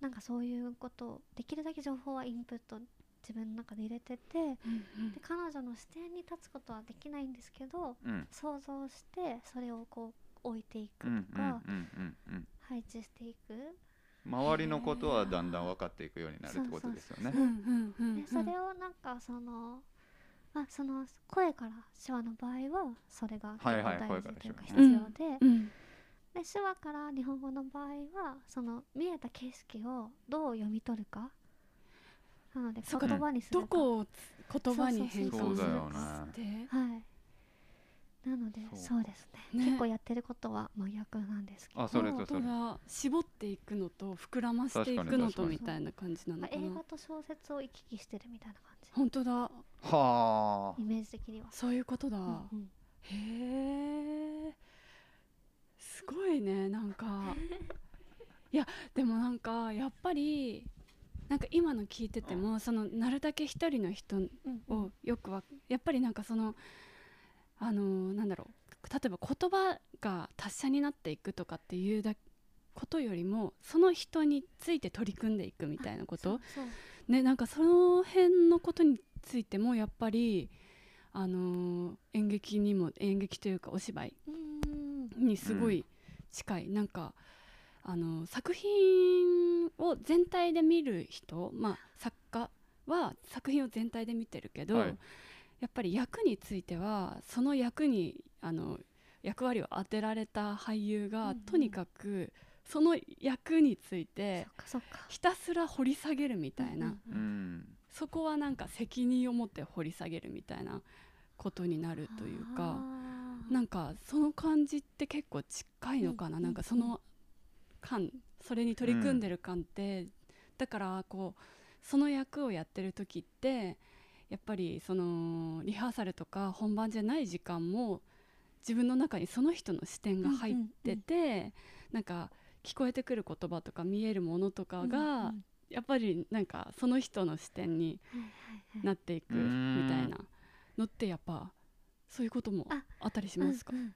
[SPEAKER 3] なんかそういうことをできるだけ情報はインプット自分の中で入れててで
[SPEAKER 2] うんうん
[SPEAKER 3] 彼女の視点に立つことはできないんですけど
[SPEAKER 1] うん
[SPEAKER 3] 想像してそれをこう置いていく
[SPEAKER 1] うんうん
[SPEAKER 3] と
[SPEAKER 1] うん
[SPEAKER 3] か
[SPEAKER 1] うんうん
[SPEAKER 3] 配置していく
[SPEAKER 1] 周りのことはだんだん分かっていくようになるってことですよね
[SPEAKER 2] うんうんうんうん
[SPEAKER 3] でそれをなんかそのまあその声から手話の場合はそれが結構
[SPEAKER 1] はいはい
[SPEAKER 3] 大
[SPEAKER 1] 声から
[SPEAKER 3] 事というか
[SPEAKER 1] 手
[SPEAKER 3] 必
[SPEAKER 2] 話
[SPEAKER 3] 要で。
[SPEAKER 2] うん
[SPEAKER 3] で手話から日本語の場合はその見えた景色をどう読み取るかなので
[SPEAKER 2] そ
[SPEAKER 3] 言
[SPEAKER 2] っか
[SPEAKER 3] 葉にす
[SPEAKER 2] ど
[SPEAKER 3] るか
[SPEAKER 2] こを言葉に変
[SPEAKER 1] そ
[SPEAKER 2] 換
[SPEAKER 1] う
[SPEAKER 2] す
[SPEAKER 1] だ
[SPEAKER 2] る
[SPEAKER 1] よ
[SPEAKER 2] か
[SPEAKER 1] ね
[SPEAKER 2] って
[SPEAKER 3] はいなので
[SPEAKER 1] そう
[SPEAKER 3] そうですね
[SPEAKER 2] ね
[SPEAKER 3] 結構やってることは真逆なんですけど
[SPEAKER 1] あそれとそ
[SPEAKER 2] 本
[SPEAKER 1] れ
[SPEAKER 2] 当だ絞っていくのと膨らましていくの
[SPEAKER 1] 確か
[SPEAKER 2] と
[SPEAKER 1] に
[SPEAKER 2] みたいな感じなの
[SPEAKER 3] まあ
[SPEAKER 2] か
[SPEAKER 3] 映
[SPEAKER 2] な
[SPEAKER 3] 画と小説を行き来してるみたいな感
[SPEAKER 2] 本当だ
[SPEAKER 1] はあ
[SPEAKER 3] じイメージ的には、
[SPEAKER 2] そういうことだ、
[SPEAKER 3] うんうん
[SPEAKER 2] へえすごいねなんかいやでもなんかやっぱりなんか今の聞いててもそのなるだけ一人の人をよくわやっぱりなんかそのあのなんだろう例えば言葉が達者になっていくとかっていうだことよりもその人について取り組んでいくみたいなこ
[SPEAKER 3] そ
[SPEAKER 2] と
[SPEAKER 3] うそう
[SPEAKER 2] ねなんかその辺のことについてもやっぱりあのー演劇にも演劇というかお芝居
[SPEAKER 3] うん
[SPEAKER 2] にすごい近い、なんかあの作品を全体で見る人、まあ、作家は作品を全体で見てるけど、
[SPEAKER 1] はい
[SPEAKER 2] やっぱり役についてはその役にあの役割を当てられた俳優が、
[SPEAKER 3] うんうん
[SPEAKER 2] とにかくその役につい
[SPEAKER 3] そってかそっか
[SPEAKER 2] ひたすら掘り下げるみたいな、
[SPEAKER 3] うん
[SPEAKER 1] う
[SPEAKER 3] うん
[SPEAKER 1] ん
[SPEAKER 2] そこはなんか責任を持って掘り下げるみたいなことになるというか。
[SPEAKER 3] あー
[SPEAKER 2] なんかその感じって結構近いのかな、
[SPEAKER 3] うん
[SPEAKER 2] なんかその感それに取り組んでる感って、だからこうその役をやってる時ってやっぱりそのリハーサルとか本番じゃない時間も自分の中にその人の視点が入ってて、なんか聞こえてくる言葉とか見えるものとかが、
[SPEAKER 3] うんうん
[SPEAKER 2] やっぱりなんかその人の視点に
[SPEAKER 3] はいはいはい
[SPEAKER 2] なっていくみたいなのってやっぱそういうことも
[SPEAKER 3] あ
[SPEAKER 2] あったりしますか
[SPEAKER 3] うん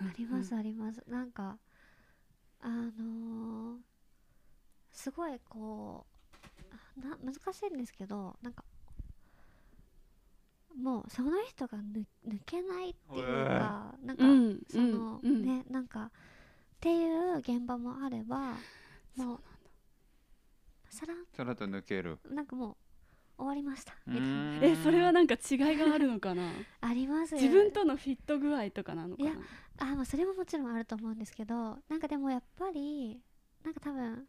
[SPEAKER 3] うんありますありますなんかあのーすごいこうあな難しいんですけどなんかもうその人が抜抜けないっていうかなんか、
[SPEAKER 2] うん
[SPEAKER 3] その、
[SPEAKER 2] うんうん
[SPEAKER 3] ねなんかっていう現場もあればもうさら
[SPEAKER 1] さらっと抜ける
[SPEAKER 3] んなんかもう終わりました
[SPEAKER 1] う
[SPEAKER 3] みたいな
[SPEAKER 1] ーん
[SPEAKER 2] えそれはなんか違いがあるのかな
[SPEAKER 3] あります
[SPEAKER 2] 自分とのフィット具合とかなのかない
[SPEAKER 3] あまあそれももちろんあると思うんですけどなんかでもやっぱりなんか多分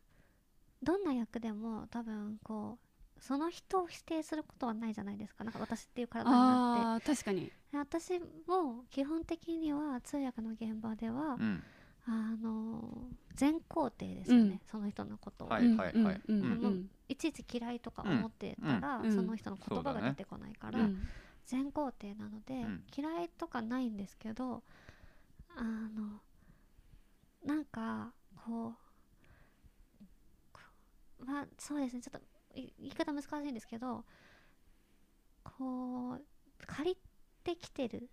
[SPEAKER 3] どんな役でも多分こうその人を否定することはないじゃないですかなんか私っていう体になっ
[SPEAKER 2] あー確かに
[SPEAKER 3] て私も基本的には通訳の現場では、
[SPEAKER 1] うん
[SPEAKER 3] あの全肯定ですよね、
[SPEAKER 2] うん
[SPEAKER 3] その人のことを、
[SPEAKER 1] はいはいはい
[SPEAKER 2] う
[SPEAKER 1] う
[SPEAKER 2] んうんんうん
[SPEAKER 3] いちいち嫌いとか思ってたら、
[SPEAKER 2] うんうん
[SPEAKER 3] その人の言葉
[SPEAKER 1] そうだ
[SPEAKER 3] が
[SPEAKER 1] ね
[SPEAKER 3] 出てこないから、
[SPEAKER 2] うん
[SPEAKER 3] 全肯定なので、
[SPEAKER 1] ん
[SPEAKER 3] 嫌いとかないんですけどあのなんかこうまあそうですねちょっとい言い方難しいんですけどこう借りてきてる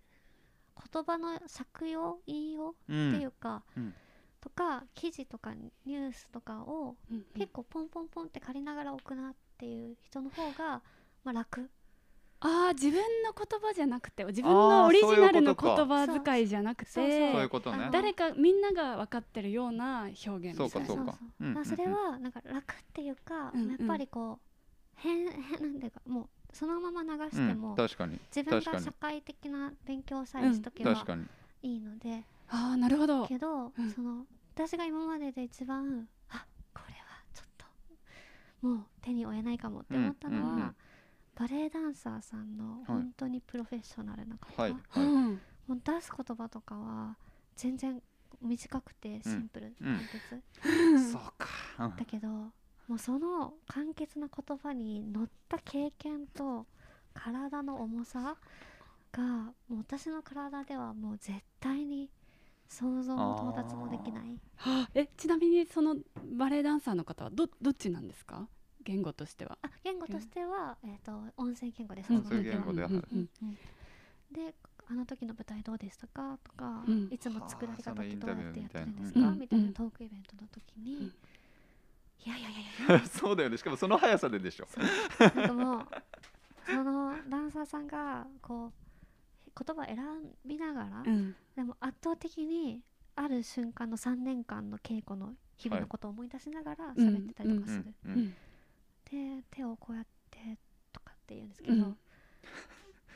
[SPEAKER 3] 言葉の借用引用
[SPEAKER 1] う
[SPEAKER 3] っ
[SPEAKER 1] ん
[SPEAKER 3] ていうか、
[SPEAKER 1] うん
[SPEAKER 3] とか記事とかニュースとかを
[SPEAKER 2] うん
[SPEAKER 3] 結構ポンポンポンって借りながら置くなっていう人の方が、まあ、楽
[SPEAKER 2] あー自分の言葉じゃなくて自分のオリジナルの言葉遣いじゃなく
[SPEAKER 3] そういうこと
[SPEAKER 1] そういうこと
[SPEAKER 2] て
[SPEAKER 3] かそうそう
[SPEAKER 1] ね
[SPEAKER 3] あの
[SPEAKER 2] 誰かみんなが分かってるような表現みたいな
[SPEAKER 1] そうかそうかうんうんうん
[SPEAKER 3] まあそれはなんか楽っていうか、
[SPEAKER 2] うんうん
[SPEAKER 3] やっぱりこう変 変なんていうかもうそのまま流し
[SPEAKER 1] う
[SPEAKER 3] て
[SPEAKER 1] ん
[SPEAKER 3] も、
[SPEAKER 1] 確かに
[SPEAKER 3] 自分
[SPEAKER 1] 確か
[SPEAKER 3] が
[SPEAKER 1] に
[SPEAKER 3] 社会的な勉強さえしとけば
[SPEAKER 1] 確かに
[SPEAKER 3] いいので、
[SPEAKER 2] あーなるほど
[SPEAKER 3] けど、
[SPEAKER 2] うん
[SPEAKER 3] その私が今までで一番あこれはちょっともう手に負えないかもって思ったのは、
[SPEAKER 1] うんうんうん
[SPEAKER 3] バレエダンサーさんの本当にプロフェッショナルな方、
[SPEAKER 1] はい
[SPEAKER 2] うん
[SPEAKER 1] はい
[SPEAKER 3] もう出す言葉とかは全然短くてシンプル、
[SPEAKER 1] うん
[SPEAKER 3] 簡潔、
[SPEAKER 1] そうか
[SPEAKER 3] だけどもうその簡潔な言葉に乗った経験と体の重さがもう私の体ではもう絶対に想像も到達もできない
[SPEAKER 2] はあえちなみにそのバレエダンサーの方はどどっちなんですか言語としては
[SPEAKER 3] あ言語としては、えー、と音声言語です、
[SPEAKER 1] 音
[SPEAKER 3] そ
[SPEAKER 1] 声
[SPEAKER 3] の時
[SPEAKER 1] 言
[SPEAKER 3] は
[SPEAKER 1] 語では
[SPEAKER 2] うんうん
[SPEAKER 3] であの時の舞台どうでしたかとか、
[SPEAKER 2] うん
[SPEAKER 3] いつも作られ方ってどうやってやってるんです
[SPEAKER 2] は
[SPEAKER 3] か
[SPEAKER 2] あそのインタビューみたい
[SPEAKER 3] みたい
[SPEAKER 2] な
[SPEAKER 3] なトークイベントの時に、
[SPEAKER 2] うん
[SPEAKER 3] いやいやいやい や
[SPEAKER 1] そうだよねしかもその速さででしょ
[SPEAKER 3] そうなんかもうそのダンサーさんがこう言葉選びながら、
[SPEAKER 2] うん
[SPEAKER 3] でも圧倒的にある瞬間の3年間の稽古の日々のことを思い出しながら
[SPEAKER 2] い
[SPEAKER 3] 喋ってたりとか
[SPEAKER 1] う
[SPEAKER 3] する、
[SPEAKER 1] んう
[SPEAKER 2] うんん
[SPEAKER 3] で手をこうやってとかって言うんです けど、
[SPEAKER 2] うん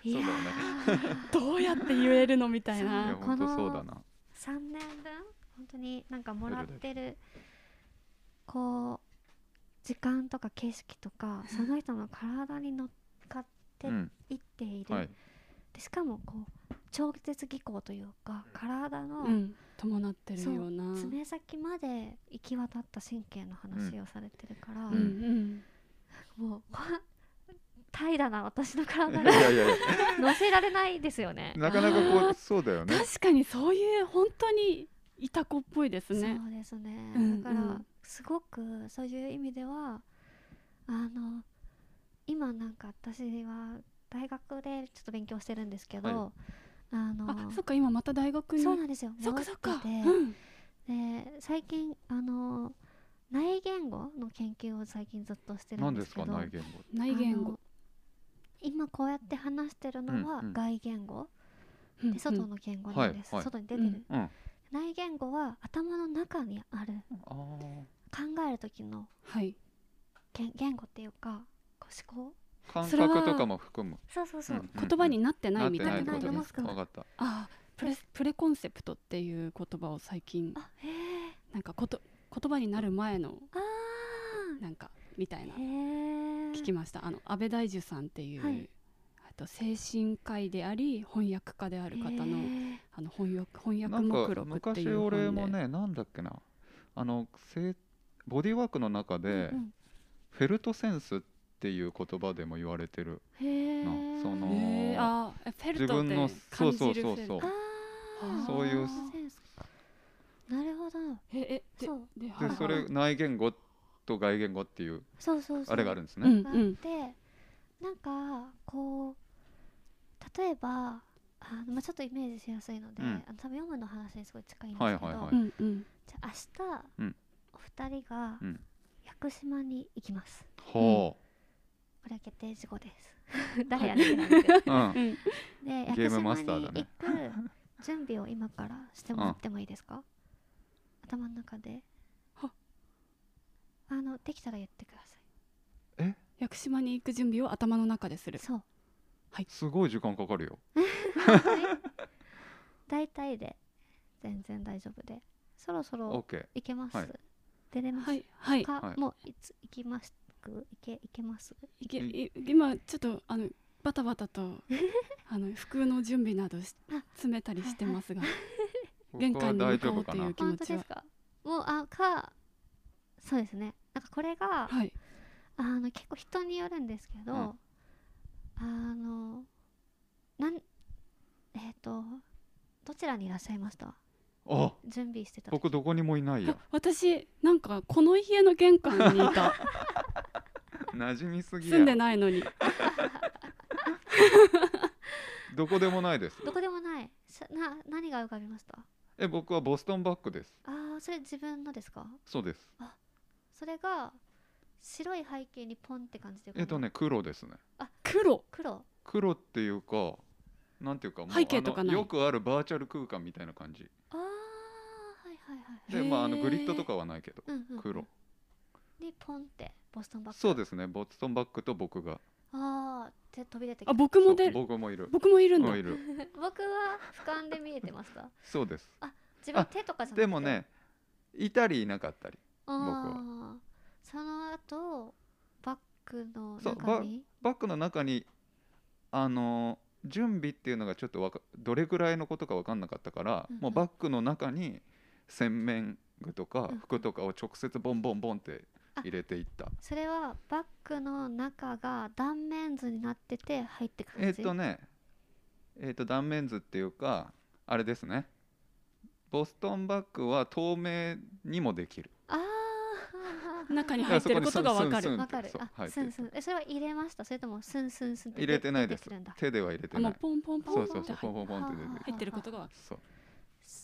[SPEAKER 3] いや ー
[SPEAKER 1] そう
[SPEAKER 2] どうやって言えるのみたい
[SPEAKER 1] い
[SPEAKER 2] な
[SPEAKER 1] や本当そうだな
[SPEAKER 3] 3年分本当になんかもらってるこう時間とか景色とかその人の体に乗っかって
[SPEAKER 1] うん
[SPEAKER 3] いっている、
[SPEAKER 1] はい
[SPEAKER 3] でしかもこう超絶技巧というか体の
[SPEAKER 2] うん、伴ってるような。
[SPEAKER 3] 爪先まで行き渡った神経の話をされてるから、
[SPEAKER 2] うんうん、
[SPEAKER 3] もう わ平らな私の
[SPEAKER 1] い
[SPEAKER 3] 体 に
[SPEAKER 1] やいやいや
[SPEAKER 3] 乗せられないですよね。
[SPEAKER 1] なかなかこうそうだよね
[SPEAKER 2] 確かにそういう本当にいた子っぽいです
[SPEAKER 3] そう
[SPEAKER 2] ね。
[SPEAKER 3] ですね、
[SPEAKER 2] うん
[SPEAKER 3] だか
[SPEAKER 2] う
[SPEAKER 3] ら
[SPEAKER 2] ん
[SPEAKER 3] すごくそういう意味ではあの今なんか私は大学でちょっと勉強してるんですけど、
[SPEAKER 1] は
[SPEAKER 3] あの
[SPEAKER 2] あ、そっか今また大学に。
[SPEAKER 3] そうなんですよ
[SPEAKER 2] そっか
[SPEAKER 3] 戻
[SPEAKER 2] そってか。
[SPEAKER 3] て
[SPEAKER 2] うん
[SPEAKER 3] で最近あの内言語の研究を最近ずっとしてる
[SPEAKER 1] 何
[SPEAKER 3] ん
[SPEAKER 1] で
[SPEAKER 3] ですすけ
[SPEAKER 1] か
[SPEAKER 3] ど
[SPEAKER 1] 内言語
[SPEAKER 2] 内言
[SPEAKER 3] あ
[SPEAKER 2] 語
[SPEAKER 3] の今こうやって話してるのは
[SPEAKER 1] うんうん
[SPEAKER 3] 外言語、
[SPEAKER 2] うんうん
[SPEAKER 3] で外の言語なんです、
[SPEAKER 1] はいはい
[SPEAKER 3] 外に出てる、
[SPEAKER 2] うん
[SPEAKER 1] うんあ
[SPEAKER 3] 内言語は頭の中にある
[SPEAKER 1] あー
[SPEAKER 3] 考える時の
[SPEAKER 2] はい
[SPEAKER 3] 言言語っていうかこう思考
[SPEAKER 1] 感
[SPEAKER 2] それは
[SPEAKER 1] 覚とかも含む
[SPEAKER 3] そうそうそう、
[SPEAKER 1] んん
[SPEAKER 2] 言葉になってないみたい
[SPEAKER 1] な
[SPEAKER 2] な
[SPEAKER 1] ってない
[SPEAKER 2] こ
[SPEAKER 1] こととですす
[SPEAKER 2] で
[SPEAKER 3] なってな
[SPEAKER 1] 分
[SPEAKER 3] い
[SPEAKER 1] かった
[SPEAKER 2] ああプレプレコンセプトっていう言葉を最近
[SPEAKER 3] あへえ
[SPEAKER 2] なんかこと言葉になる前の
[SPEAKER 3] あ
[SPEAKER 2] なんかみたいな
[SPEAKER 3] ーへえ
[SPEAKER 2] 聞きましたあの安倍大樹さんっていう、
[SPEAKER 3] はい
[SPEAKER 2] あと精神科医であり翻訳家である方
[SPEAKER 3] へ
[SPEAKER 2] の
[SPEAKER 3] ー
[SPEAKER 2] あの翻訳翻
[SPEAKER 1] な
[SPEAKER 2] 訳
[SPEAKER 1] ん
[SPEAKER 2] 目
[SPEAKER 1] か
[SPEAKER 2] 録っ
[SPEAKER 1] 昔
[SPEAKER 2] ていう本で
[SPEAKER 1] 俺もねなんだっけなあのせボディワークの中で
[SPEAKER 3] うんうん
[SPEAKER 1] フェルトセンスっていう言葉でも言われてる
[SPEAKER 3] へえ
[SPEAKER 1] なその
[SPEAKER 2] へーあーフェルトっ
[SPEAKER 1] 自分の
[SPEAKER 2] て感じるフェル
[SPEAKER 1] そうそうそうそう
[SPEAKER 3] あー
[SPEAKER 2] そういう
[SPEAKER 3] センスなるほど
[SPEAKER 2] ええで
[SPEAKER 3] そう
[SPEAKER 2] ではい
[SPEAKER 1] で
[SPEAKER 2] はい
[SPEAKER 1] それ内言語と外言語っていう
[SPEAKER 3] そうそうそう
[SPEAKER 1] あれがあるんです
[SPEAKER 2] う
[SPEAKER 1] ね
[SPEAKER 2] ん
[SPEAKER 3] が
[SPEAKER 2] う
[SPEAKER 3] あっ
[SPEAKER 2] ん
[SPEAKER 3] て、なんかこう例えばあの、まあ、ちょっとイメージしやすいので、
[SPEAKER 1] うん
[SPEAKER 3] あの多分読むの話にすごい近いんですけど、
[SPEAKER 1] はいはいは
[SPEAKER 2] う
[SPEAKER 1] い
[SPEAKER 2] んうん
[SPEAKER 3] じゃあ明日、
[SPEAKER 1] うん
[SPEAKER 3] お二人が
[SPEAKER 1] うん
[SPEAKER 3] 屋久島に行きます
[SPEAKER 1] ほ
[SPEAKER 3] これは決定事項です誰やねんなんて
[SPEAKER 1] ううん
[SPEAKER 2] うん
[SPEAKER 3] で
[SPEAKER 1] ゲ
[SPEAKER 3] 屋
[SPEAKER 1] ームマ
[SPEAKER 3] 久
[SPEAKER 1] スタ
[SPEAKER 3] 島
[SPEAKER 1] ー
[SPEAKER 3] に
[SPEAKER 1] だ
[SPEAKER 3] 行
[SPEAKER 1] ね
[SPEAKER 3] く準備を今からしてもらってもいいですか、頭の中で
[SPEAKER 2] は
[SPEAKER 3] あのできたら言ってくださ
[SPEAKER 2] 屋久島に行く準備を頭の中でする
[SPEAKER 3] いそう
[SPEAKER 1] すごい時間かかるよ
[SPEAKER 3] 大体で全然大丈夫でそろそろ
[SPEAKER 1] OK
[SPEAKER 3] 行けます、
[SPEAKER 1] はい
[SPEAKER 3] 出れます、
[SPEAKER 2] はいはい
[SPEAKER 3] か、
[SPEAKER 1] はい
[SPEAKER 3] もういつ行きます行け行けます
[SPEAKER 2] いけ
[SPEAKER 1] うん
[SPEAKER 2] い今ちょっとあのバタバタとあ の服の準備などし
[SPEAKER 3] あ
[SPEAKER 2] 詰めたりしてますが玄
[SPEAKER 1] 僕は
[SPEAKER 2] 関に
[SPEAKER 1] 大
[SPEAKER 2] 向
[SPEAKER 1] 丈
[SPEAKER 2] こ
[SPEAKER 1] 夫
[SPEAKER 2] う
[SPEAKER 1] か
[SPEAKER 2] とい
[SPEAKER 1] な
[SPEAKER 2] う気
[SPEAKER 3] 本
[SPEAKER 2] 持
[SPEAKER 3] 当
[SPEAKER 2] ち
[SPEAKER 3] で
[SPEAKER 2] は
[SPEAKER 3] すかもうあかそうですねなんかこれが
[SPEAKER 2] はい
[SPEAKER 3] あの結構人によるんですけど、
[SPEAKER 1] うん
[SPEAKER 3] あのなんえっ、とどちらにいらっしゃいました
[SPEAKER 1] あ
[SPEAKER 3] 準備してた時
[SPEAKER 1] 僕どこにもいない
[SPEAKER 2] あ
[SPEAKER 1] よ
[SPEAKER 2] 私なんかこの家の玄関にいた
[SPEAKER 1] 馴染みすぎ
[SPEAKER 2] 住んで
[SPEAKER 1] や
[SPEAKER 2] ないのに
[SPEAKER 1] どこでもないです
[SPEAKER 3] どこでもないさな何が浮かびました
[SPEAKER 1] え僕はボストンバッグです
[SPEAKER 3] ああそれ自分のですか
[SPEAKER 1] そうです
[SPEAKER 3] それが白い背景にポンって感じで浮かんだ
[SPEAKER 1] えっとね黒ですね
[SPEAKER 2] 黒
[SPEAKER 3] 黒
[SPEAKER 1] 黒っていうかなんていうかもう
[SPEAKER 2] 背景とかな
[SPEAKER 1] あ
[SPEAKER 2] い
[SPEAKER 1] のよくあるバーチャル空間みたいな感じ
[SPEAKER 3] ああはいはいはい
[SPEAKER 1] でまああの
[SPEAKER 2] へー
[SPEAKER 1] グリッドとかはないけど
[SPEAKER 3] うんうん
[SPEAKER 1] 黒
[SPEAKER 3] にポンってボストンバッグ
[SPEAKER 1] そうですねボストンバッグと僕が
[SPEAKER 3] ああって飛び出てきた
[SPEAKER 2] あ僕も
[SPEAKER 1] そう
[SPEAKER 2] 出る
[SPEAKER 1] 僕もいる
[SPEAKER 2] 僕もいるんだ
[SPEAKER 1] もういる
[SPEAKER 3] 僕は俯瞰で見えてました
[SPEAKER 1] そう です
[SPEAKER 3] 自分
[SPEAKER 1] あ
[SPEAKER 3] 手とかじゃなくて
[SPEAKER 1] でもねいたりいなかったり
[SPEAKER 3] ああその後バッグの
[SPEAKER 1] そう
[SPEAKER 3] 中に
[SPEAKER 1] バッグの中にあのー準備っていうのがちょっとわかどれぐらいのことか分かんなかったから、
[SPEAKER 3] うんうん
[SPEAKER 1] もうバッグの中に洗面具とか
[SPEAKER 3] うん
[SPEAKER 1] 服とかを直接ボンボンボンって入れていった、
[SPEAKER 3] それはバッグの中が断面図になってて入ってく
[SPEAKER 1] え
[SPEAKER 3] る
[SPEAKER 1] っとねえっと断面図っていうかあれですねボストンバッグは透明にもできる
[SPEAKER 3] ああ
[SPEAKER 2] 中に入ってることがわか
[SPEAKER 1] いやそこに住ん
[SPEAKER 2] る
[SPEAKER 1] で
[SPEAKER 3] わかる
[SPEAKER 1] そう入
[SPEAKER 3] あ
[SPEAKER 1] って
[SPEAKER 3] ス
[SPEAKER 1] る
[SPEAKER 3] ンスンえそれは入れましたそれともスンスンスンって
[SPEAKER 1] 入れてないです
[SPEAKER 3] 出くるんだ
[SPEAKER 1] 手では入れて
[SPEAKER 2] あ
[SPEAKER 1] ない
[SPEAKER 2] も
[SPEAKER 1] う
[SPEAKER 2] ポンポンポ
[SPEAKER 1] そ
[SPEAKER 2] ン
[SPEAKER 1] う
[SPEAKER 2] ポ
[SPEAKER 1] そ
[SPEAKER 2] ン
[SPEAKER 1] う
[SPEAKER 2] って
[SPEAKER 1] そう
[SPEAKER 2] 入
[SPEAKER 1] ポン
[SPEAKER 2] っ
[SPEAKER 1] ポンポンって出てる
[SPEAKER 3] はい
[SPEAKER 2] 入ってることがわか
[SPEAKER 1] そう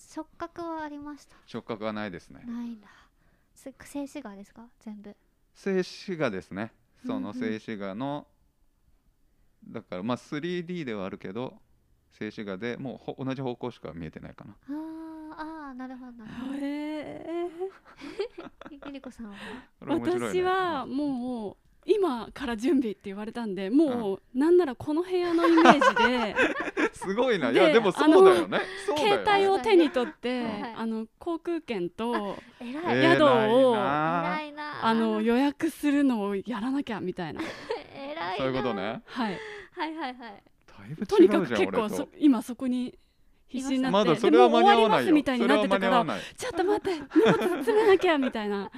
[SPEAKER 3] 触覚はありました
[SPEAKER 1] 触覚がないですね
[SPEAKER 3] ないんだす静止画ですか全部
[SPEAKER 1] 静止画ですねそ
[SPEAKER 3] うんう
[SPEAKER 1] の
[SPEAKER 3] ん
[SPEAKER 1] 静止画の、だからまあ 3D ではあるけど静止画でもうほ同じ方向しか見えてないかな
[SPEAKER 3] あーあーなるほどなる ほ
[SPEAKER 2] るへー
[SPEAKER 3] どゆゆりこさんは
[SPEAKER 1] これ面白いね
[SPEAKER 2] 私は
[SPEAKER 1] うん
[SPEAKER 2] もう今から準備って言われたんでもうなんならこの部屋のイメ ージで
[SPEAKER 1] すごいないや
[SPEAKER 2] で
[SPEAKER 1] でもそうだよねそうだよね
[SPEAKER 2] 携帯を手に取
[SPEAKER 1] う
[SPEAKER 2] って
[SPEAKER 3] ん
[SPEAKER 2] あの航空券と
[SPEAKER 3] 偉い
[SPEAKER 1] えー
[SPEAKER 2] 宿を
[SPEAKER 1] ないな
[SPEAKER 3] 偉
[SPEAKER 1] い
[SPEAKER 3] な
[SPEAKER 2] あの予約するのをやらなきゃみたいな
[SPEAKER 3] 偉いな
[SPEAKER 1] そういうことね
[SPEAKER 2] はい
[SPEAKER 3] はいはいはい
[SPEAKER 1] だいぶ
[SPEAKER 2] とに
[SPEAKER 1] 違
[SPEAKER 2] か
[SPEAKER 1] う
[SPEAKER 2] く
[SPEAKER 1] じゃん
[SPEAKER 2] 結構
[SPEAKER 1] 俺
[SPEAKER 2] そ
[SPEAKER 1] と
[SPEAKER 2] 今そこに必死にな
[SPEAKER 1] ま
[SPEAKER 2] って
[SPEAKER 1] だそれ
[SPEAKER 2] でも
[SPEAKER 1] は
[SPEAKER 2] う
[SPEAKER 1] 間に合
[SPEAKER 2] 終わり
[SPEAKER 1] わ
[SPEAKER 2] ま
[SPEAKER 1] ない
[SPEAKER 2] す
[SPEAKER 1] よ
[SPEAKER 2] みたいになってた
[SPEAKER 1] それ
[SPEAKER 2] か
[SPEAKER 1] は間に合わな
[SPEAKER 2] ら
[SPEAKER 1] い
[SPEAKER 2] ちょっと待って荷物詰めなきゃみたいな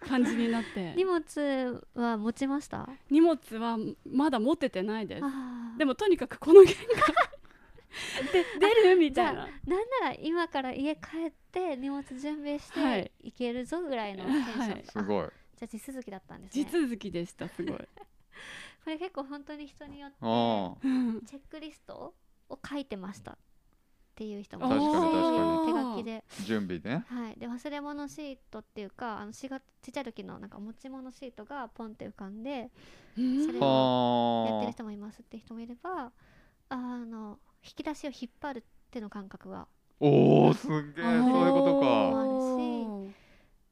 [SPEAKER 2] 感じになって
[SPEAKER 3] 荷物は持ちました
[SPEAKER 2] 荷物はまだ持っててないです
[SPEAKER 3] あー
[SPEAKER 2] でもとにかくこの玄関 で出るみ
[SPEAKER 3] じ
[SPEAKER 2] た
[SPEAKER 3] ゃあ
[SPEAKER 2] いな
[SPEAKER 3] なんなら今から家帰って荷物準備し
[SPEAKER 2] は
[SPEAKER 3] て
[SPEAKER 2] い
[SPEAKER 3] 行けるぞぐらいのテンション、
[SPEAKER 2] はい
[SPEAKER 1] すごい
[SPEAKER 3] あじゃあ地続きだったんです
[SPEAKER 2] 地
[SPEAKER 3] ね
[SPEAKER 2] 続きでしたすごい、
[SPEAKER 3] これ結構本当に人によって
[SPEAKER 1] ああ
[SPEAKER 2] うん
[SPEAKER 3] チェックリストを書いてましたっっていう人も
[SPEAKER 1] 確かに
[SPEAKER 3] い
[SPEAKER 1] 確
[SPEAKER 2] かに
[SPEAKER 3] 手書きで
[SPEAKER 1] 準備ね
[SPEAKER 3] はい、で忘れ物シートっていうかあのしがちっちゃい時のなんか持ち物シートがポンって浮かんでそれ
[SPEAKER 2] う
[SPEAKER 3] をやって
[SPEAKER 1] は
[SPEAKER 3] る人もいますって人もいればあの引き出しを引っ張るっての感覚が
[SPEAKER 1] あおおすっげえそういうことか
[SPEAKER 2] おー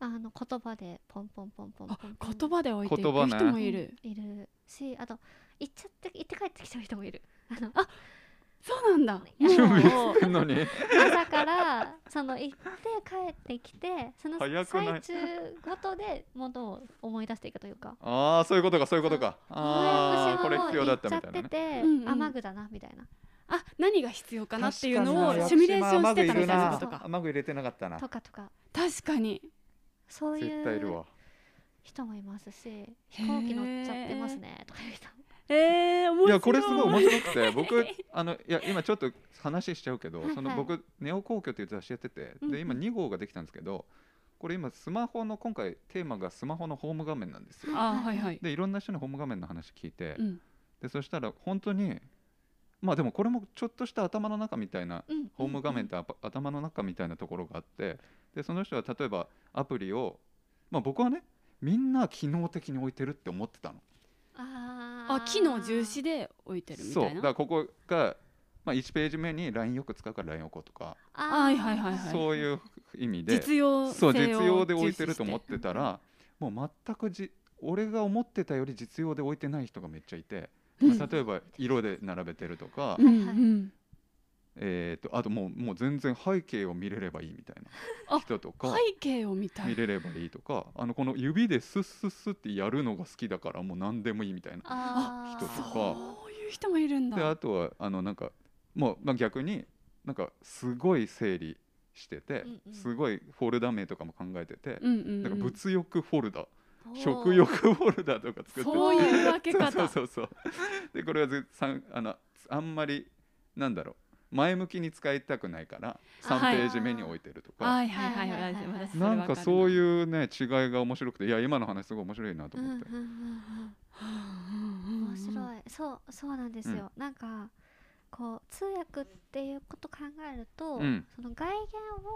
[SPEAKER 3] あの言葉でポンポンポンポンポンポンポン
[SPEAKER 2] 言葉で置いてい
[SPEAKER 1] 言葉
[SPEAKER 2] く
[SPEAKER 1] ね
[SPEAKER 2] 人もいる。
[SPEAKER 3] いるしあと行っちゃって行って帰ってきちゃう人もいるあの
[SPEAKER 2] そうなんだ。
[SPEAKER 3] いや
[SPEAKER 1] 準備
[SPEAKER 2] もう
[SPEAKER 1] してん のに
[SPEAKER 3] 朝からその行って帰ってきてその
[SPEAKER 1] 早くない
[SPEAKER 3] 最中ごとでものを思い出していくというか。
[SPEAKER 1] ああそういうことかそういうことかああ
[SPEAKER 3] 私
[SPEAKER 1] こ
[SPEAKER 3] は
[SPEAKER 1] れ
[SPEAKER 3] もう
[SPEAKER 1] 必要だったみたい
[SPEAKER 3] 行
[SPEAKER 1] な
[SPEAKER 3] っちゃっ
[SPEAKER 1] ね
[SPEAKER 3] てて、
[SPEAKER 2] うんうん
[SPEAKER 3] 雨具だなみたいな
[SPEAKER 2] あ、何が必要かなっていうの
[SPEAKER 3] 確
[SPEAKER 2] を
[SPEAKER 3] かに
[SPEAKER 2] シミュレーションしてたみたいなこと
[SPEAKER 1] あ
[SPEAKER 2] か。
[SPEAKER 1] マグ入れてなかったな
[SPEAKER 3] とかとか
[SPEAKER 2] 確かに。
[SPEAKER 3] そうい
[SPEAKER 1] 絶対いる
[SPEAKER 3] う
[SPEAKER 1] わ
[SPEAKER 3] 人もいますし飛行機乗っちゃってますねとかいう人
[SPEAKER 2] ええ、面白
[SPEAKER 1] いやこれすごい面白くて僕あのいや今ちょっと話しちゃうけど
[SPEAKER 3] はいはい
[SPEAKER 1] その僕「ネオ皇居」っていう雑誌やってて
[SPEAKER 2] うんう
[SPEAKER 1] で
[SPEAKER 2] ん
[SPEAKER 1] 今2号ができたんですけどこれ今スマホの今回テーマがスマホのホーム画面なんですよ
[SPEAKER 2] あ、はいはい。
[SPEAKER 1] でいろんな人のホーム画面の話聞いて
[SPEAKER 2] うん。
[SPEAKER 1] でそしたら本当にまあでもこれもちょっとした頭の中みたいな
[SPEAKER 3] うん
[SPEAKER 1] ホーム画面ってアパ頭の中みたいなところがあってでその人は例えばアプリをまあ僕はねみんな機能的に置いてるって思ってたの。
[SPEAKER 3] あー
[SPEAKER 2] あ、機能重視で置いてるみ
[SPEAKER 1] そう
[SPEAKER 2] た
[SPEAKER 1] だ
[SPEAKER 2] い
[SPEAKER 1] か
[SPEAKER 2] な。
[SPEAKER 1] らここが、まあ、1ページ目に LINE よく使うから LINE 置こうとか、
[SPEAKER 3] あー
[SPEAKER 2] はいはいはいはい。
[SPEAKER 1] そういう意味で
[SPEAKER 2] 実用性
[SPEAKER 1] そ
[SPEAKER 2] を
[SPEAKER 1] う実用で置いてると思っ
[SPEAKER 2] 重視
[SPEAKER 1] てたらもう全くじ俺が思ってたより実用で置いてない人がめっちゃいて、
[SPEAKER 2] うん
[SPEAKER 1] まあ例えば色で並べてるとか、
[SPEAKER 2] して。うんうん。
[SPEAKER 1] えー、とあともうもう全然背景を見れればいいみたいな
[SPEAKER 2] あ
[SPEAKER 1] 人とか。
[SPEAKER 2] 背景を見た
[SPEAKER 1] 見
[SPEAKER 2] い。
[SPEAKER 1] れればいいとかあのこの指でスッスッスッってやるのが好きだからもう何でもいいみたいな
[SPEAKER 3] あー
[SPEAKER 1] 人とか
[SPEAKER 2] そういう人もいるん
[SPEAKER 1] であ
[SPEAKER 2] だ。
[SPEAKER 1] とはあのなんかもう、まあ、逆になんかすごい整理してて、
[SPEAKER 3] うんうん
[SPEAKER 1] すごいフォルダ名とかも考えてて、
[SPEAKER 2] うんうん
[SPEAKER 1] な
[SPEAKER 2] うん
[SPEAKER 1] か
[SPEAKER 2] ん。
[SPEAKER 1] 物欲フォルダ、
[SPEAKER 3] おー
[SPEAKER 1] 食欲フォルダとか作ってて
[SPEAKER 2] そういう分け方。
[SPEAKER 1] そうそうそうでこれはずさんあのあんまりなんだろう前向きに使いたくないから3ペ
[SPEAKER 2] はい
[SPEAKER 1] ージ目に置いてるとか、
[SPEAKER 2] はいはいはい
[SPEAKER 3] はいはいはい
[SPEAKER 2] 私それわ
[SPEAKER 1] なんかそう
[SPEAKER 2] う。
[SPEAKER 1] いうね違いが面白くていや今の話すごい面白いなと
[SPEAKER 3] うん
[SPEAKER 1] 思
[SPEAKER 3] う
[SPEAKER 1] っ
[SPEAKER 3] ん
[SPEAKER 1] て、
[SPEAKER 3] うんうん面白いそうそうなんですよ、なんかこう通訳っていうこと考えると、
[SPEAKER 1] うん
[SPEAKER 3] その外見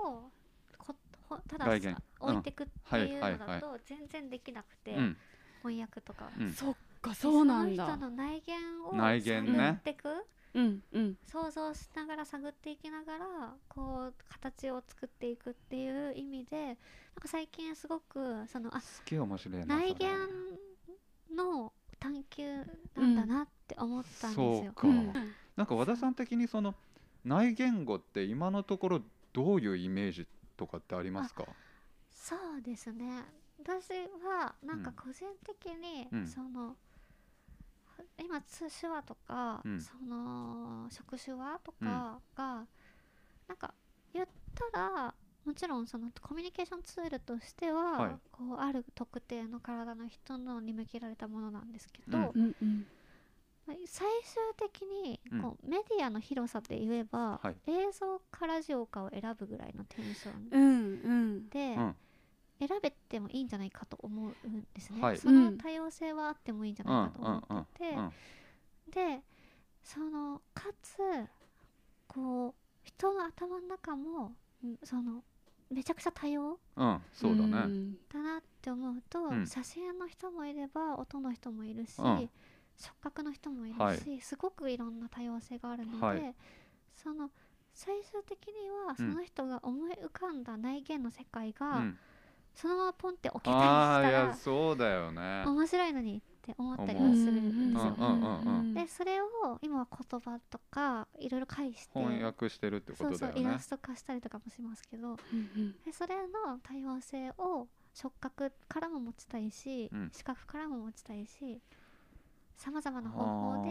[SPEAKER 3] をこほただ
[SPEAKER 1] 外見
[SPEAKER 3] さ
[SPEAKER 1] うん
[SPEAKER 3] 置いてくっていう
[SPEAKER 1] はいはい
[SPEAKER 3] の
[SPEAKER 1] は
[SPEAKER 3] だ
[SPEAKER 1] い
[SPEAKER 3] と全然できなくて、
[SPEAKER 1] うん
[SPEAKER 3] 翻訳とかは、
[SPEAKER 1] うん
[SPEAKER 2] そっかそうなん
[SPEAKER 3] その
[SPEAKER 2] だ
[SPEAKER 3] 人。の内見を
[SPEAKER 1] 内見ね
[SPEAKER 3] 探ってく、
[SPEAKER 2] うんうん。
[SPEAKER 3] 想像しながら探っていきながらこう形を作っていくっていう意味でなんか最近すごくそのあ
[SPEAKER 1] すっげえ面白いなそれ
[SPEAKER 3] 内見の探求なんだなって思ったんですよ。
[SPEAKER 1] そうか、
[SPEAKER 2] うん
[SPEAKER 1] なんか和田さん的にその内言語って今のところどういうイメージとかってありますか
[SPEAKER 3] そうですね私はなんか個人的に、
[SPEAKER 1] うん
[SPEAKER 3] その今通手話とか、
[SPEAKER 1] うん
[SPEAKER 3] その職種話とかが、なんか言ったらもちろんそのコミュニケーションツールとしては、
[SPEAKER 1] はい
[SPEAKER 3] こうある特定の体の人のに向けられたものなんですけど、
[SPEAKER 1] うん
[SPEAKER 2] うんうん。
[SPEAKER 3] 最終的にこう、メディアの広さで言えば、
[SPEAKER 1] はい
[SPEAKER 3] 映像かラジオかを選ぶぐらいのテンション
[SPEAKER 2] うんうん。
[SPEAKER 3] で、
[SPEAKER 1] うん
[SPEAKER 3] 選べてもいいんじゃないかと思うんですね、
[SPEAKER 1] はい
[SPEAKER 3] その多様性はあってもいいんじゃないかと思ってて、
[SPEAKER 1] うん
[SPEAKER 3] でそのかつこう人の頭の中もんそのめちゃくちゃ多様
[SPEAKER 1] うん、そうだね、
[SPEAKER 2] ね。
[SPEAKER 3] だなって思うと、
[SPEAKER 1] うん
[SPEAKER 3] 写真の人もいれば音の人もいるし、
[SPEAKER 1] うん
[SPEAKER 3] 触覚の人もいるし、
[SPEAKER 1] は
[SPEAKER 3] すごくいろんな多様性があるので、
[SPEAKER 1] はい
[SPEAKER 3] その最終的にはそ
[SPEAKER 1] うん
[SPEAKER 3] の人が思い浮かんだ内見の世界
[SPEAKER 1] う
[SPEAKER 3] が、
[SPEAKER 1] ん、
[SPEAKER 3] そのままポンって置けたり
[SPEAKER 1] ああいや
[SPEAKER 3] し
[SPEAKER 1] そうだよね
[SPEAKER 3] たら面白いのにって思ったり
[SPEAKER 1] 思
[SPEAKER 3] も
[SPEAKER 1] う
[SPEAKER 3] するんです
[SPEAKER 1] う
[SPEAKER 3] よ
[SPEAKER 1] ん。うんうんうん
[SPEAKER 3] でそれを今は言葉とかいろいろ返して
[SPEAKER 1] 翻訳してるってこ
[SPEAKER 3] そう
[SPEAKER 1] と
[SPEAKER 3] そ
[SPEAKER 1] だ
[SPEAKER 3] う
[SPEAKER 1] よ
[SPEAKER 3] イラ
[SPEAKER 1] ね
[SPEAKER 3] スト化したりとかもしますけど
[SPEAKER 2] うん
[SPEAKER 3] でそれの多様性を触覚からも持ちたいし、
[SPEAKER 1] うん
[SPEAKER 3] 視覚からも持ちたいしさまざまな方法で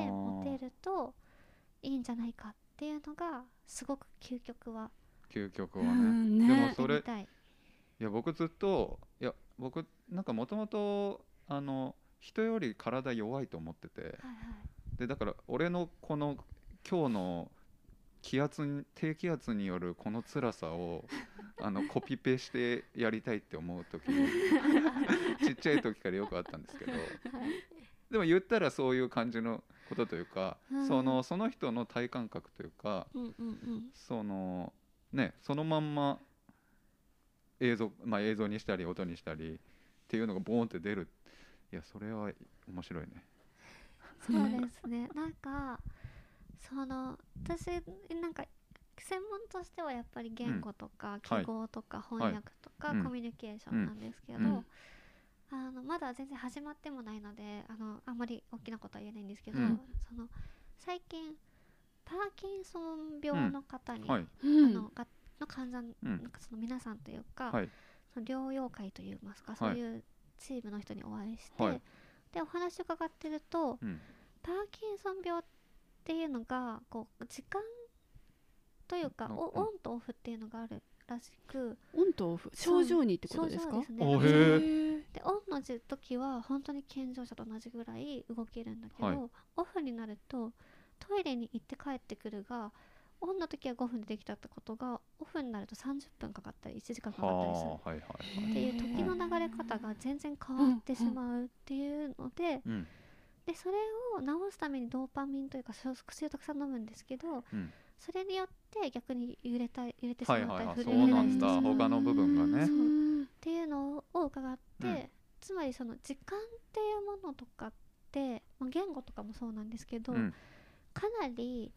[SPEAKER 3] 持てるといいんじゃないかっていうのがすごく究極は
[SPEAKER 1] 究極
[SPEAKER 2] う
[SPEAKER 1] はね,、
[SPEAKER 2] んね
[SPEAKER 1] でもそ
[SPEAKER 3] や
[SPEAKER 1] れ
[SPEAKER 3] りたい。
[SPEAKER 1] いや僕ずっといや僕なんかもともとあの人より体弱いと思ってて
[SPEAKER 3] はいはい
[SPEAKER 1] でだから俺のこの今日の気圧に低気圧によるこの辛さをあ のコピペしてやりたいって思う時ちっちゃい時からよくあったんですけどでも言ったらそういう感じのことというか、
[SPEAKER 3] うん
[SPEAKER 1] そのその人の体感覚というか
[SPEAKER 3] うんうんうん
[SPEAKER 1] そのねそのまんま映像まあ映像にしたり音にしたりっていうのがボーンって出るいやそれは面白いね。
[SPEAKER 3] そうですね なんかその私なんか専門としてはやっぱり言語とか
[SPEAKER 1] はい
[SPEAKER 3] 記号とか翻訳とか
[SPEAKER 1] うん
[SPEAKER 3] コミュニケーションなんですけど、
[SPEAKER 1] うん
[SPEAKER 3] あのまだ全然始まってもないのであのあんまり大きなことは言えないんですけど、
[SPEAKER 1] うん
[SPEAKER 3] その最近パーキンソン病の方に、
[SPEAKER 1] はい、
[SPEAKER 3] あ
[SPEAKER 2] うん
[SPEAKER 3] のがの患者の
[SPEAKER 1] うん
[SPEAKER 3] なんかその皆さんというか、
[SPEAKER 1] はい
[SPEAKER 3] その療養会といいますか、
[SPEAKER 1] はい
[SPEAKER 3] そういうチームの人にお会いして、
[SPEAKER 1] はい
[SPEAKER 3] でお話を伺ってると
[SPEAKER 1] うん
[SPEAKER 3] パーキンソン病っていうのがこう時間というか、
[SPEAKER 1] うん
[SPEAKER 3] お
[SPEAKER 1] うん
[SPEAKER 3] オンとオフっていうのがあるらしく
[SPEAKER 2] オンとオフ症状にってことです
[SPEAKER 3] 症状
[SPEAKER 2] か
[SPEAKER 3] ね
[SPEAKER 1] お
[SPEAKER 2] へ
[SPEAKER 1] へえ
[SPEAKER 2] ー
[SPEAKER 3] でオンの時は本当に健常者と同じぐらい動けるんだけど、
[SPEAKER 1] はい
[SPEAKER 3] オフになるとトイレに行って帰ってくるがオンの時は5分でできたってことがオフになると30分かかったり1時間かかったりする
[SPEAKER 1] はあはいはいはい。
[SPEAKER 3] っていう時の流れ方が全然変わってしまうっていうので
[SPEAKER 1] うん
[SPEAKER 3] でそれを治すためにドーパミンというかそう薬をたくさん飲むんですけど
[SPEAKER 1] うん、
[SPEAKER 3] それによって逆に揺れた揺れてしま
[SPEAKER 1] は
[SPEAKER 3] っ
[SPEAKER 1] いはいは
[SPEAKER 3] た
[SPEAKER 1] い
[SPEAKER 3] り
[SPEAKER 1] そ
[SPEAKER 3] 震
[SPEAKER 1] う
[SPEAKER 3] え
[SPEAKER 1] な
[SPEAKER 3] たり
[SPEAKER 1] ん
[SPEAKER 3] してし
[SPEAKER 1] だ
[SPEAKER 3] まうっ
[SPEAKER 1] 他の部分がね
[SPEAKER 2] そう
[SPEAKER 3] ていうのを伺っ
[SPEAKER 1] うん
[SPEAKER 3] てつまりその時間っていうものとかってまあ言語とかもそうなんですけど
[SPEAKER 1] う
[SPEAKER 3] か
[SPEAKER 1] ん
[SPEAKER 3] なり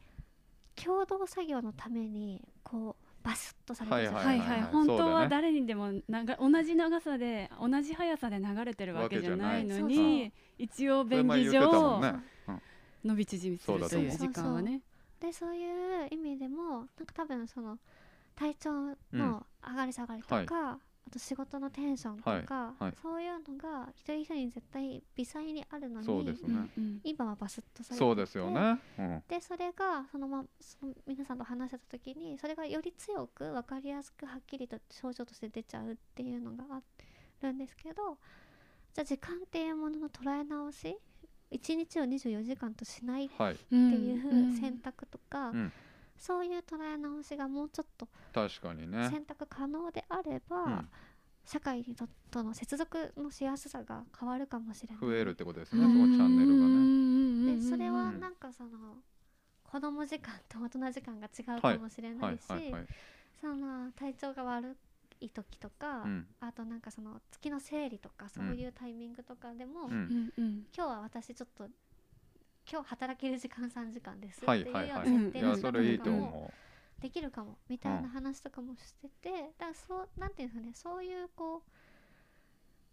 [SPEAKER 3] 共同作業のためにこうバスッとされ
[SPEAKER 1] は
[SPEAKER 3] て
[SPEAKER 1] い
[SPEAKER 3] るじゃ
[SPEAKER 1] は
[SPEAKER 3] ないい
[SPEAKER 2] はい
[SPEAKER 3] ですか
[SPEAKER 2] はい、
[SPEAKER 1] はい
[SPEAKER 2] 本
[SPEAKER 1] そ
[SPEAKER 2] 当
[SPEAKER 1] うだね
[SPEAKER 2] は誰にでもなが同じ長さで同じ速さで流れてるわけじゃないの
[SPEAKER 3] わけじゃない
[SPEAKER 2] に一応
[SPEAKER 1] それ
[SPEAKER 2] 便
[SPEAKER 1] 前
[SPEAKER 2] 宜
[SPEAKER 1] 言ってたも
[SPEAKER 2] 上、
[SPEAKER 1] んね。うん
[SPEAKER 2] 伸び縮みするという時間はね
[SPEAKER 3] でそういう意味でもなんか多分その体調
[SPEAKER 1] うん
[SPEAKER 3] の上がり下がりとか、
[SPEAKER 1] はい
[SPEAKER 3] あと仕事のテンションとか、
[SPEAKER 1] はいはい
[SPEAKER 3] そういうのが一人一人に絶対微細にあるのに
[SPEAKER 1] そうです
[SPEAKER 2] う
[SPEAKER 1] ね
[SPEAKER 2] んうん
[SPEAKER 3] 今はバスッとされてて
[SPEAKER 1] そうですよね。うん
[SPEAKER 3] でそれがそのまその皆さんと話してた時にそれがより強く分かりやすくはっきりと症状として出ちゃうっていうのがあるんですけどじゃあ時間っていうものの捉え直し1日を24時間としない
[SPEAKER 1] はい
[SPEAKER 2] うん
[SPEAKER 3] ってい
[SPEAKER 2] ん
[SPEAKER 3] う選択とか、
[SPEAKER 1] うん
[SPEAKER 3] そういう捉え直しがもうちょっと
[SPEAKER 1] 確かにね。
[SPEAKER 3] 選択可能であれば、
[SPEAKER 1] うん
[SPEAKER 3] 社会にととの接続のしやすさが変わるかもしれない。
[SPEAKER 1] 増えるってことです
[SPEAKER 2] うん
[SPEAKER 1] ね。そのチャンネルがね。
[SPEAKER 2] ル
[SPEAKER 3] でそれは
[SPEAKER 1] うん
[SPEAKER 3] なんかその、子供時間と大人時間が違うかもし
[SPEAKER 1] は
[SPEAKER 3] れないいし、
[SPEAKER 1] はいはい。
[SPEAKER 3] その体調が悪い時とか、
[SPEAKER 1] うん
[SPEAKER 3] あとなんかその月の生理とかそういうタイミングとかでも、
[SPEAKER 1] う
[SPEAKER 2] うんんうん
[SPEAKER 3] 今日は私ちょっと今日働ける時間3時間ですって
[SPEAKER 1] はいいう
[SPEAKER 3] よう
[SPEAKER 1] はい
[SPEAKER 3] な
[SPEAKER 1] はい。
[SPEAKER 3] 設
[SPEAKER 1] い
[SPEAKER 3] 定の
[SPEAKER 1] や
[SPEAKER 3] 仕
[SPEAKER 1] そ
[SPEAKER 3] 方
[SPEAKER 1] れいい
[SPEAKER 3] と
[SPEAKER 1] と
[SPEAKER 3] かも
[SPEAKER 1] 思
[SPEAKER 3] できるかもみたいな話とかもしてて、だからそうなんていうんですかねそういうこ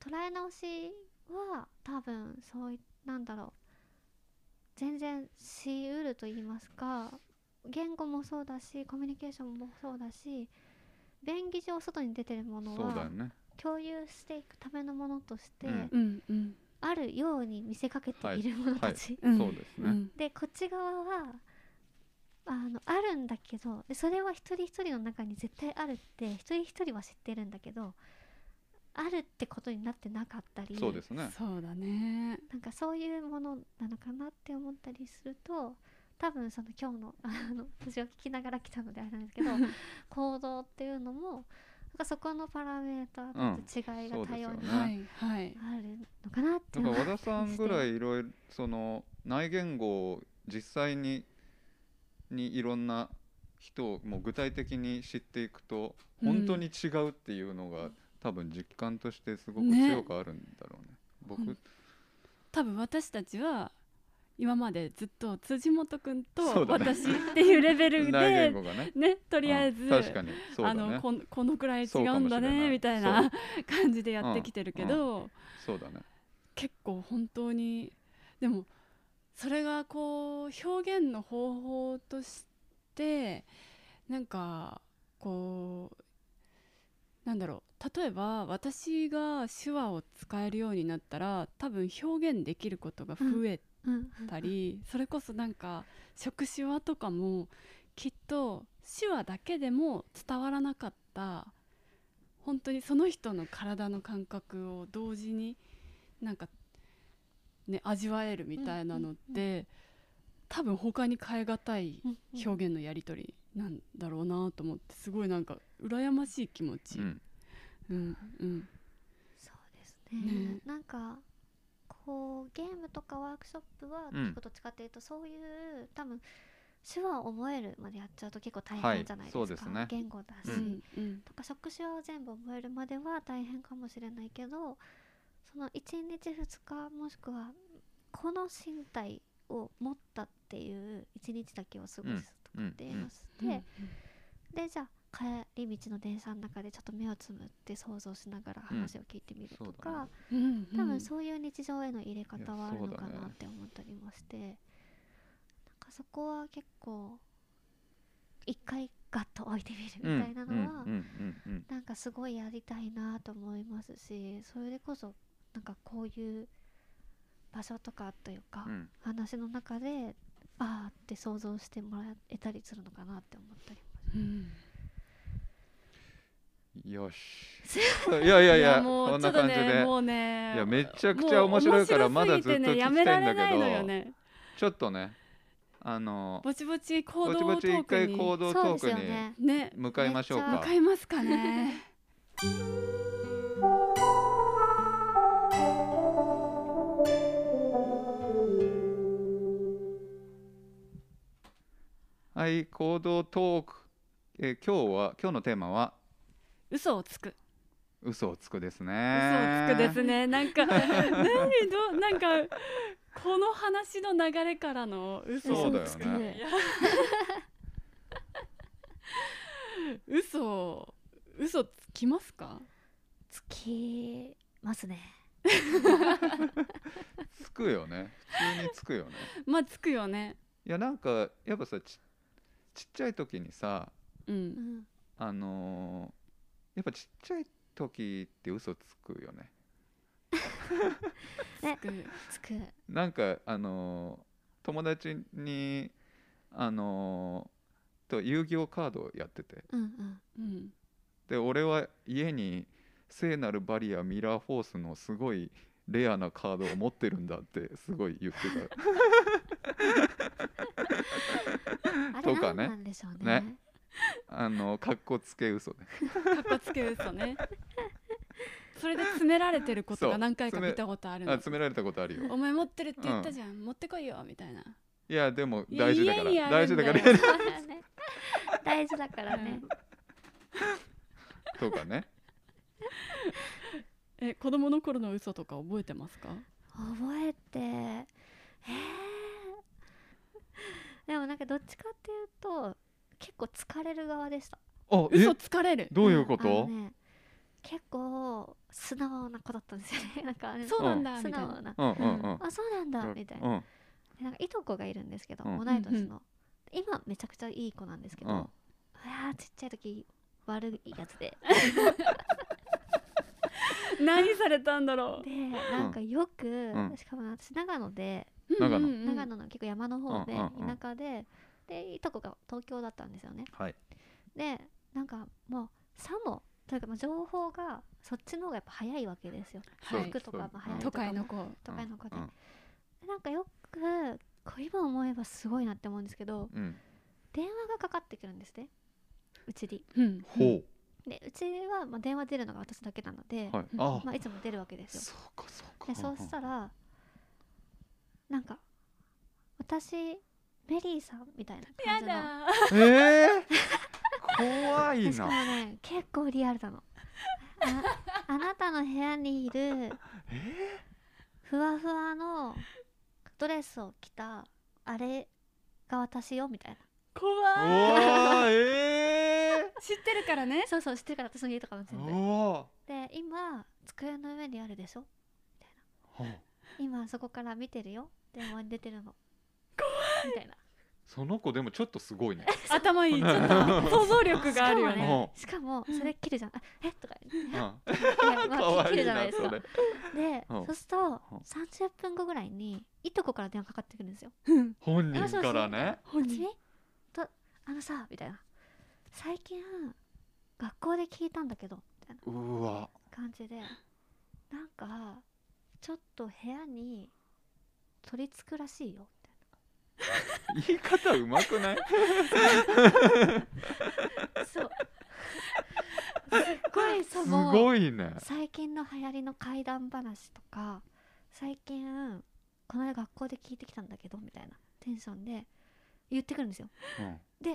[SPEAKER 3] う捉え直しは多分そういなんだろう全然しうると言いますか言語もそうだしコミュニケーションもそうだし便宜上外に出てるも
[SPEAKER 1] う。
[SPEAKER 3] の
[SPEAKER 1] そうだよ
[SPEAKER 3] は
[SPEAKER 1] ね。
[SPEAKER 3] 共有していくためのものとして、
[SPEAKER 1] うん
[SPEAKER 2] うんうん
[SPEAKER 3] あるように見せかけているものたち、
[SPEAKER 2] うん
[SPEAKER 1] そうですね
[SPEAKER 2] うん
[SPEAKER 3] でこっち側はあのあるんだけどでそれは一人一人の中に絶対あるって一人一人は知ってるんだけどあるってことになってなかったり
[SPEAKER 1] そうですね。
[SPEAKER 2] そうだね
[SPEAKER 3] なんかそういうものなのかなって思ったりすると多分その今日の あの私を聞きながら来たのであれなんですけど行動っていうのもなんかそこのパラメーターと違いが
[SPEAKER 1] うん
[SPEAKER 3] 多様
[SPEAKER 1] そう
[SPEAKER 3] に
[SPEAKER 1] ですよね
[SPEAKER 2] はいはい
[SPEAKER 3] あるのかなって
[SPEAKER 1] だから
[SPEAKER 3] 思う
[SPEAKER 1] 和田さんぐらいいろいろその内言語を実際ににいろんな人をもう具体的に知っていくと
[SPEAKER 2] う
[SPEAKER 1] 本
[SPEAKER 2] ん
[SPEAKER 1] 当に違うっていうのが多分実感としてすごく
[SPEAKER 2] ね
[SPEAKER 1] 強くあるんだろうね。僕、
[SPEAKER 2] うん多分私たちは今までずっと辻元君
[SPEAKER 1] そ
[SPEAKER 2] と
[SPEAKER 1] うだね
[SPEAKER 2] 私っていうレベル
[SPEAKER 1] 内言
[SPEAKER 2] で
[SPEAKER 1] 語がね。
[SPEAKER 2] ねとりあえず
[SPEAKER 1] うん確かにそうだ
[SPEAKER 2] あの
[SPEAKER 1] ね。
[SPEAKER 2] こんこのくらい違
[SPEAKER 1] そうか
[SPEAKER 2] う
[SPEAKER 1] も
[SPEAKER 2] ん
[SPEAKER 1] しれ
[SPEAKER 2] だ
[SPEAKER 1] ない
[SPEAKER 2] ねみたい
[SPEAKER 1] そ
[SPEAKER 2] な
[SPEAKER 1] う
[SPEAKER 2] 感じでやってきてるけど、
[SPEAKER 1] そうだね。
[SPEAKER 2] 結構本当にでもそれがこう表現の方法としてなんかこうなんだろう例えば私が手話を使えるようになったら多分表現できることが増え
[SPEAKER 3] うんうん
[SPEAKER 2] たり、それこそなんか触手話とかもきっと手話だけでも伝わらなかった本当にその人の体の感覚を同時になんかね味わえるみたいなのって、多分他に変え難い
[SPEAKER 3] うんうん
[SPEAKER 2] 表現のやり取りなんだろうなと思ってすごいなんか羨ましい気持ち。
[SPEAKER 1] うん
[SPEAKER 2] うんうん
[SPEAKER 3] そうですね
[SPEAKER 2] ね
[SPEAKER 3] なんかここうゲームとかワークショップは
[SPEAKER 1] うん
[SPEAKER 3] 聞くと使っていうと、そういう多分手話を覚えるまでやっちゃうと結構大
[SPEAKER 1] はい
[SPEAKER 3] 変じゃないですか、
[SPEAKER 1] そうですね
[SPEAKER 3] 言語だ
[SPEAKER 2] う
[SPEAKER 3] し、
[SPEAKER 2] んうん
[SPEAKER 3] とか職種を全部覚えるまでは大変かもしれないけどその1日2日もしくはこの身体を持ったっていう1日だけを過ごすとかって言いまして、でじゃあ帰り道の電車の中でちょっと目をつむって想像しながら話を聞いてみると
[SPEAKER 1] うんそうだ
[SPEAKER 3] か、
[SPEAKER 2] うん
[SPEAKER 3] 多分そういう日常への入れ
[SPEAKER 1] いや
[SPEAKER 3] 方はあるのか
[SPEAKER 1] そうだ
[SPEAKER 3] なっ
[SPEAKER 1] ね
[SPEAKER 3] て思ったりもして、なんかそこは結構一回ガッと置いてみるみたいなのは、
[SPEAKER 1] うんうんうん
[SPEAKER 3] なんかすごいやりたいなと思いますしそれでこそなんかこういう場所とかというか、
[SPEAKER 1] うんうん
[SPEAKER 3] 話の中であーって想像してもらえたりするのかなって思ったり
[SPEAKER 2] うん
[SPEAKER 1] よ しいやいやいや
[SPEAKER 2] もう
[SPEAKER 1] こんな感じ
[SPEAKER 2] ちょっとね
[SPEAKER 1] で
[SPEAKER 2] もうね
[SPEAKER 1] いやめちゃくちゃ面白いから
[SPEAKER 2] もう
[SPEAKER 1] まだ
[SPEAKER 2] 面白
[SPEAKER 1] ず
[SPEAKER 2] す
[SPEAKER 1] っ
[SPEAKER 2] ぎ
[SPEAKER 1] と
[SPEAKER 2] てね
[SPEAKER 1] 聞きた
[SPEAKER 2] や
[SPEAKER 1] いん
[SPEAKER 2] めら
[SPEAKER 1] だ
[SPEAKER 2] れないの
[SPEAKER 1] け
[SPEAKER 2] よ
[SPEAKER 1] ど、
[SPEAKER 2] ね
[SPEAKER 1] ちょっとねあの
[SPEAKER 2] ぼちぼち行
[SPEAKER 1] ぼち
[SPEAKER 2] 動
[SPEAKER 1] ぼ
[SPEAKER 2] を
[SPEAKER 1] ち
[SPEAKER 2] ト
[SPEAKER 1] 一
[SPEAKER 2] ーク
[SPEAKER 1] 回
[SPEAKER 2] に
[SPEAKER 1] 行動
[SPEAKER 3] そう
[SPEAKER 1] ト
[SPEAKER 3] で
[SPEAKER 1] ー
[SPEAKER 3] すよね
[SPEAKER 1] ク
[SPEAKER 2] ね
[SPEAKER 1] に向かいましょうか
[SPEAKER 2] 向かいます かね
[SPEAKER 1] はい行動トーク、えー今日は今日のテーマは
[SPEAKER 2] 嘘をつく
[SPEAKER 1] 嘘をつくです
[SPEAKER 2] 嘘をつ
[SPEAKER 1] ね
[SPEAKER 2] くですねなんか何どなんかこの話の流れからの嘘
[SPEAKER 1] そう
[SPEAKER 2] を
[SPEAKER 1] だ
[SPEAKER 3] 嘘
[SPEAKER 1] よ
[SPEAKER 3] をつく
[SPEAKER 1] ね
[SPEAKER 2] 嘘を嘘つきますか
[SPEAKER 3] つきますね
[SPEAKER 1] つくよね普通につくよね
[SPEAKER 2] まあつくよね
[SPEAKER 1] いやなんかやっぱさちちっちゃい時にさ
[SPEAKER 2] う
[SPEAKER 3] うんん
[SPEAKER 1] あのーやっぱちっちゃい時って嘘つくよね
[SPEAKER 2] つく
[SPEAKER 3] つく
[SPEAKER 1] なんかあのー友達にあのーと遊戯王カードをやってて
[SPEAKER 3] うんうん
[SPEAKER 2] うん
[SPEAKER 1] で俺は家に聖なるバリアミラーフォースのすごいレアなカードを持ってるんだってすごい言ってた
[SPEAKER 3] あ
[SPEAKER 1] と
[SPEAKER 3] れ
[SPEAKER 1] か
[SPEAKER 3] 何
[SPEAKER 1] ね
[SPEAKER 3] なんでしょうね
[SPEAKER 1] ね あのかっこつけ嘘ね
[SPEAKER 2] かっこつけ嘘ねそれで詰められてること
[SPEAKER 1] そう
[SPEAKER 2] が何回か
[SPEAKER 1] 詰め
[SPEAKER 2] 見たことある
[SPEAKER 1] あ
[SPEAKER 2] の
[SPEAKER 1] 詰められたことあるよ
[SPEAKER 2] お前持ってるって言ったじゃん、持ってこいよみたいない
[SPEAKER 1] やでも
[SPEAKER 2] いや
[SPEAKER 1] 大事だから
[SPEAKER 2] 家にあ
[SPEAKER 1] 大
[SPEAKER 2] る
[SPEAKER 1] 事
[SPEAKER 2] ん
[SPEAKER 1] だ
[SPEAKER 2] だ
[SPEAKER 1] か
[SPEAKER 2] よ
[SPEAKER 1] ら
[SPEAKER 3] そうだよね大事だからね、
[SPEAKER 1] とか ね
[SPEAKER 2] え子供の頃の嘘とか覚えてますか
[SPEAKER 3] 覚えてえー、でもなんかどっちかっていうと結構疲れる側でした
[SPEAKER 1] あえ
[SPEAKER 2] 嘘つかれる
[SPEAKER 1] どういうこ
[SPEAKER 3] んあの
[SPEAKER 1] と
[SPEAKER 3] ね、結構素直な子だったんですよね なんかあれ
[SPEAKER 2] そうなんだ
[SPEAKER 3] 素
[SPEAKER 2] みたいな
[SPEAKER 3] 直な
[SPEAKER 1] うんうんうん
[SPEAKER 3] あそうなんだ
[SPEAKER 1] うん
[SPEAKER 3] みたいな,、
[SPEAKER 1] うん
[SPEAKER 3] なんかいとこがいるんですけど、
[SPEAKER 1] うん
[SPEAKER 3] 同い
[SPEAKER 2] うんう
[SPEAKER 3] 年
[SPEAKER 2] ん
[SPEAKER 3] の今めちゃくちゃいい子なんですけど、
[SPEAKER 1] う
[SPEAKER 3] い
[SPEAKER 1] ん
[SPEAKER 3] やーちっちゃい時悪いやつ で
[SPEAKER 2] 何されたんだろ
[SPEAKER 3] でなんかよく、
[SPEAKER 1] ん
[SPEAKER 3] しかも私長野で
[SPEAKER 2] う
[SPEAKER 1] 長野
[SPEAKER 2] うんうんうん
[SPEAKER 3] 長野の結構山の方で
[SPEAKER 1] うんうんうん
[SPEAKER 3] 田舎ででいとこが東京だったんですよね
[SPEAKER 1] はい
[SPEAKER 3] でなんかもうさもというかまあ情報がそっちの方がやっぱ早いわけですよ
[SPEAKER 2] はい
[SPEAKER 3] 服とかも早い
[SPEAKER 1] うん
[SPEAKER 3] と
[SPEAKER 2] 都
[SPEAKER 3] か
[SPEAKER 2] 会
[SPEAKER 3] も
[SPEAKER 2] の子
[SPEAKER 3] 都会の子で
[SPEAKER 1] うん
[SPEAKER 3] でなんかよくこう今思えばすごいなって思うんですけど
[SPEAKER 1] うん
[SPEAKER 3] 電話がかかってくるんですねうちに
[SPEAKER 2] うん
[SPEAKER 1] ほ
[SPEAKER 3] でうちはまあ電話出るのが私だけなので、
[SPEAKER 1] うはいあ
[SPEAKER 3] まあ、いつも出るわけですよ
[SPEAKER 1] そうかそうか
[SPEAKER 3] でそうしたらなんか私メリーさんみたいな感
[SPEAKER 2] や
[SPEAKER 3] じの
[SPEAKER 2] だ
[SPEAKER 1] ええー、怖い
[SPEAKER 3] しかも
[SPEAKER 1] な
[SPEAKER 3] ね結構リアルなのああなたの部屋に いるふわふわのドレスを着たあれが私よみたいな
[SPEAKER 1] う
[SPEAKER 2] 怖い
[SPEAKER 1] わーえ
[SPEAKER 2] 知ってるからね
[SPEAKER 3] そうそう知ってるから私の家とかも
[SPEAKER 1] ー、
[SPEAKER 3] 全部
[SPEAKER 1] うわ
[SPEAKER 3] で今机の上にあるでしょ
[SPEAKER 1] ー
[SPEAKER 3] 今そこから見てるよ電話に出てるのみたいな
[SPEAKER 1] その子でもちょっとすごいね
[SPEAKER 2] 頭いいちょっ と想像力があるよ
[SPEAKER 1] しか
[SPEAKER 2] ね
[SPEAKER 1] も
[SPEAKER 3] しかもそれ切るじゃんあえとか言って
[SPEAKER 1] うん
[SPEAKER 3] いやまあ
[SPEAKER 1] 可
[SPEAKER 3] 切
[SPEAKER 1] 愛
[SPEAKER 3] る
[SPEAKER 1] い
[SPEAKER 3] じゃな
[SPEAKER 1] な
[SPEAKER 3] いです
[SPEAKER 1] そ
[SPEAKER 3] か
[SPEAKER 1] れ
[SPEAKER 3] で
[SPEAKER 1] うん
[SPEAKER 3] そうすると30分後ぐらいにいとこから電話かかってくるんですよ
[SPEAKER 2] うん
[SPEAKER 1] 本人からね
[SPEAKER 2] 本
[SPEAKER 3] 君
[SPEAKER 2] 人
[SPEAKER 3] とあのさみたいな最近学校で聞いたんだけどみたいな
[SPEAKER 1] うわ
[SPEAKER 3] 感じでなんかちょっと部屋に取り付くらしいよ
[SPEAKER 1] 言い方うまくない
[SPEAKER 3] みたいなそうすっごい
[SPEAKER 1] す
[SPEAKER 3] その
[SPEAKER 1] ごいね
[SPEAKER 3] 最近の流行りの怪談話とか最近この間学校で聞いてきたんだけどみたいなテンションで言ってくるんですよ
[SPEAKER 1] うん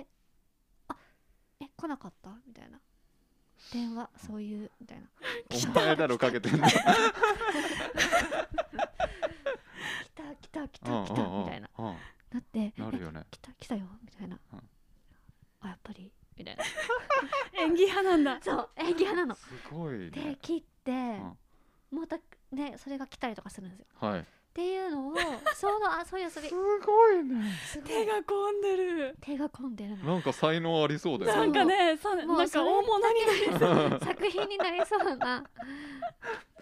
[SPEAKER 3] え来なかったみたいな電話そういうみたいな
[SPEAKER 1] お前だろかけてんだ
[SPEAKER 3] 来た来た来
[SPEAKER 1] うんうんう
[SPEAKER 3] た
[SPEAKER 1] ん
[SPEAKER 3] 来たみたいな
[SPEAKER 1] うん
[SPEAKER 3] なって
[SPEAKER 1] なるよね
[SPEAKER 3] え来た来たよみたいな、
[SPEAKER 1] うん
[SPEAKER 3] あやっぱりみたいな
[SPEAKER 2] 演技派なんだ
[SPEAKER 3] そう演技派なの
[SPEAKER 1] すごい
[SPEAKER 3] で
[SPEAKER 1] ね
[SPEAKER 3] 切って、
[SPEAKER 1] ん
[SPEAKER 3] またねそれが来たりとかするんですよ
[SPEAKER 1] はい
[SPEAKER 3] っていうのをそのあそういう遊び
[SPEAKER 1] ごいね
[SPEAKER 3] すごい
[SPEAKER 2] 手が込んでる
[SPEAKER 3] 手が込んでるの
[SPEAKER 1] なんか才能ありそうだ
[SPEAKER 2] な
[SPEAKER 1] よ
[SPEAKER 2] んかねさ
[SPEAKER 3] もう
[SPEAKER 2] なん
[SPEAKER 3] そ
[SPEAKER 2] か
[SPEAKER 3] れ
[SPEAKER 2] 大物になりそう
[SPEAKER 3] 作品になりそうな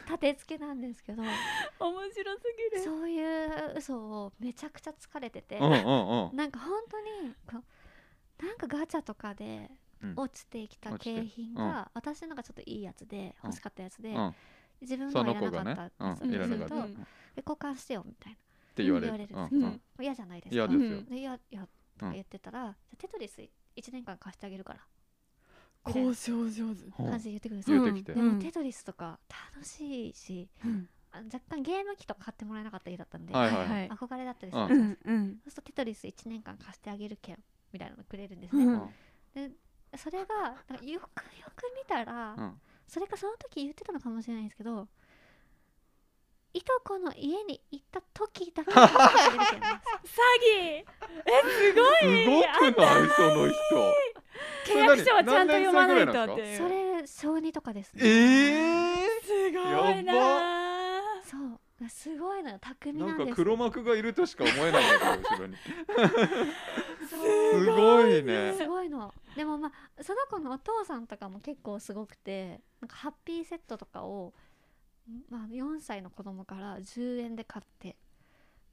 [SPEAKER 3] 立て付けなんですけど
[SPEAKER 2] 面白すぎる
[SPEAKER 3] そういう嘘をめちゃくちゃ疲れてて、
[SPEAKER 1] うんうん
[SPEAKER 3] なんか本当にこうなんかガチャとかで
[SPEAKER 1] うん
[SPEAKER 3] 落ちてきた
[SPEAKER 1] 落ちて
[SPEAKER 3] 景品が、私のがちょっといいやつで
[SPEAKER 1] うん
[SPEAKER 3] 欲しかったやつで、
[SPEAKER 1] うんうんっ
[SPEAKER 3] 自分の
[SPEAKER 1] そ
[SPEAKER 3] は
[SPEAKER 1] の
[SPEAKER 3] いら
[SPEAKER 1] 子が
[SPEAKER 3] な
[SPEAKER 1] ね
[SPEAKER 3] かったやつ
[SPEAKER 1] うん
[SPEAKER 2] いら
[SPEAKER 3] す
[SPEAKER 2] な
[SPEAKER 3] る
[SPEAKER 2] かっ
[SPEAKER 3] と、
[SPEAKER 2] た
[SPEAKER 3] え交換してよみたいな
[SPEAKER 1] て言われ
[SPEAKER 3] 言われ
[SPEAKER 1] る
[SPEAKER 3] る
[SPEAKER 1] うん
[SPEAKER 2] うん
[SPEAKER 1] うん
[SPEAKER 3] もう嫌じゃないですか
[SPEAKER 1] 嫌ですよ
[SPEAKER 3] でいやいやと
[SPEAKER 1] うん
[SPEAKER 3] か言ってたら、じゃあテトリス1年間貸してあげるからみたいな
[SPEAKER 2] 交渉上手
[SPEAKER 1] うん
[SPEAKER 3] 感じで言ってくるんですよ、
[SPEAKER 1] 言うてきて
[SPEAKER 2] うん
[SPEAKER 3] でもテトリスとか楽しいし
[SPEAKER 2] うん
[SPEAKER 3] あ若干ゲーム機とか買ってもらえなかった家だったんで、
[SPEAKER 1] はい
[SPEAKER 2] は
[SPEAKER 1] はいい
[SPEAKER 2] はい
[SPEAKER 3] 憧れだったりす
[SPEAKER 1] う
[SPEAKER 3] る
[SPEAKER 1] ん
[SPEAKER 3] ん
[SPEAKER 2] う
[SPEAKER 3] ですよ
[SPEAKER 2] んうん
[SPEAKER 3] そうするとテトリス1年間貸してあげる券みたいなのくれるんです
[SPEAKER 2] う
[SPEAKER 3] ね、
[SPEAKER 2] ん
[SPEAKER 3] それがなんかよくよく見たら、
[SPEAKER 1] うん
[SPEAKER 3] それかその時言ってたのかもしれないんですけどいとこの家に行った時だけ貸してあげる券なんですよ
[SPEAKER 2] 詐欺
[SPEAKER 1] すごくないその人
[SPEAKER 2] 契約書はちゃんと読まないとって いう
[SPEAKER 3] それ小2とかです
[SPEAKER 1] ええ
[SPEAKER 2] すごいな
[SPEAKER 1] や
[SPEAKER 2] あ
[SPEAKER 3] そうすごいのよ巧み
[SPEAKER 1] な
[SPEAKER 3] なん
[SPEAKER 1] ん
[SPEAKER 3] です
[SPEAKER 1] か
[SPEAKER 3] よ
[SPEAKER 1] 黒幕がいるとしか思えないんだけど後 ろに
[SPEAKER 3] そう
[SPEAKER 1] すごいね
[SPEAKER 3] すごいのでもまあその子のお父さんとかも結構すごくてなんかハッピーセットとかを、まあ、4歳の子供から10円で買って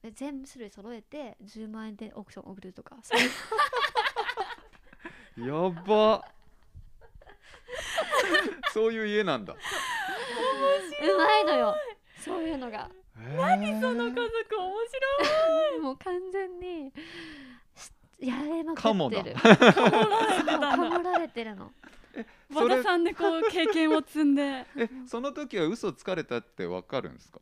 [SPEAKER 3] で全部種類揃えて10万円でオークション送るとかそういう
[SPEAKER 1] やばそういう家なんだ
[SPEAKER 3] うまいのよ そういうのが
[SPEAKER 1] 何そ
[SPEAKER 2] の家族面
[SPEAKER 3] もう完全にしやれまくってる
[SPEAKER 1] かもな
[SPEAKER 2] 白い守られてたんだ
[SPEAKER 3] かもられてるの
[SPEAKER 1] そ
[SPEAKER 2] 和
[SPEAKER 1] れ
[SPEAKER 2] 田さんでこう経験を積 んで
[SPEAKER 1] えその時は嘘つかれたってわかるんですか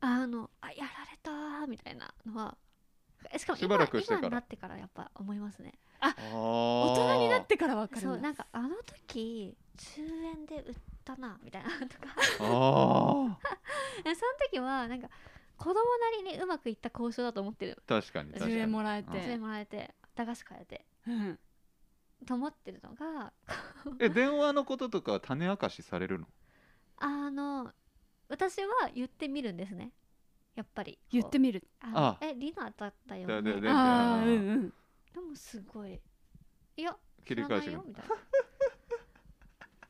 [SPEAKER 3] あのあやられたーみたいなのはえしかも今
[SPEAKER 1] しばらくしてから
[SPEAKER 3] 今になってからやっぱ思いますね
[SPEAKER 2] 大
[SPEAKER 1] 大
[SPEAKER 2] 人になってからわか
[SPEAKER 3] そう
[SPEAKER 2] るんだ
[SPEAKER 3] なんかあの時10円で売ったなみたいなとか
[SPEAKER 1] あー
[SPEAKER 3] えその時はなんか子供なりにうまくいった交渉だと思ってる
[SPEAKER 1] 確かに確かに
[SPEAKER 2] 10円もらえて
[SPEAKER 1] うん
[SPEAKER 3] 10円もらえて駄菓子買えて
[SPEAKER 2] うん
[SPEAKER 3] と思ってるのが
[SPEAKER 1] え電話のこととかは種明かしされるの
[SPEAKER 3] あの私は言ってみるんですねやっぱり
[SPEAKER 2] 言ってみる
[SPEAKER 3] あの
[SPEAKER 1] あ
[SPEAKER 3] えリナだったよ
[SPEAKER 1] だだ
[SPEAKER 3] ね
[SPEAKER 1] だ
[SPEAKER 3] で
[SPEAKER 1] ね
[SPEAKER 2] ああうんうん
[SPEAKER 3] もすごいいや
[SPEAKER 1] 切り返してくる
[SPEAKER 3] 知らないよみたいな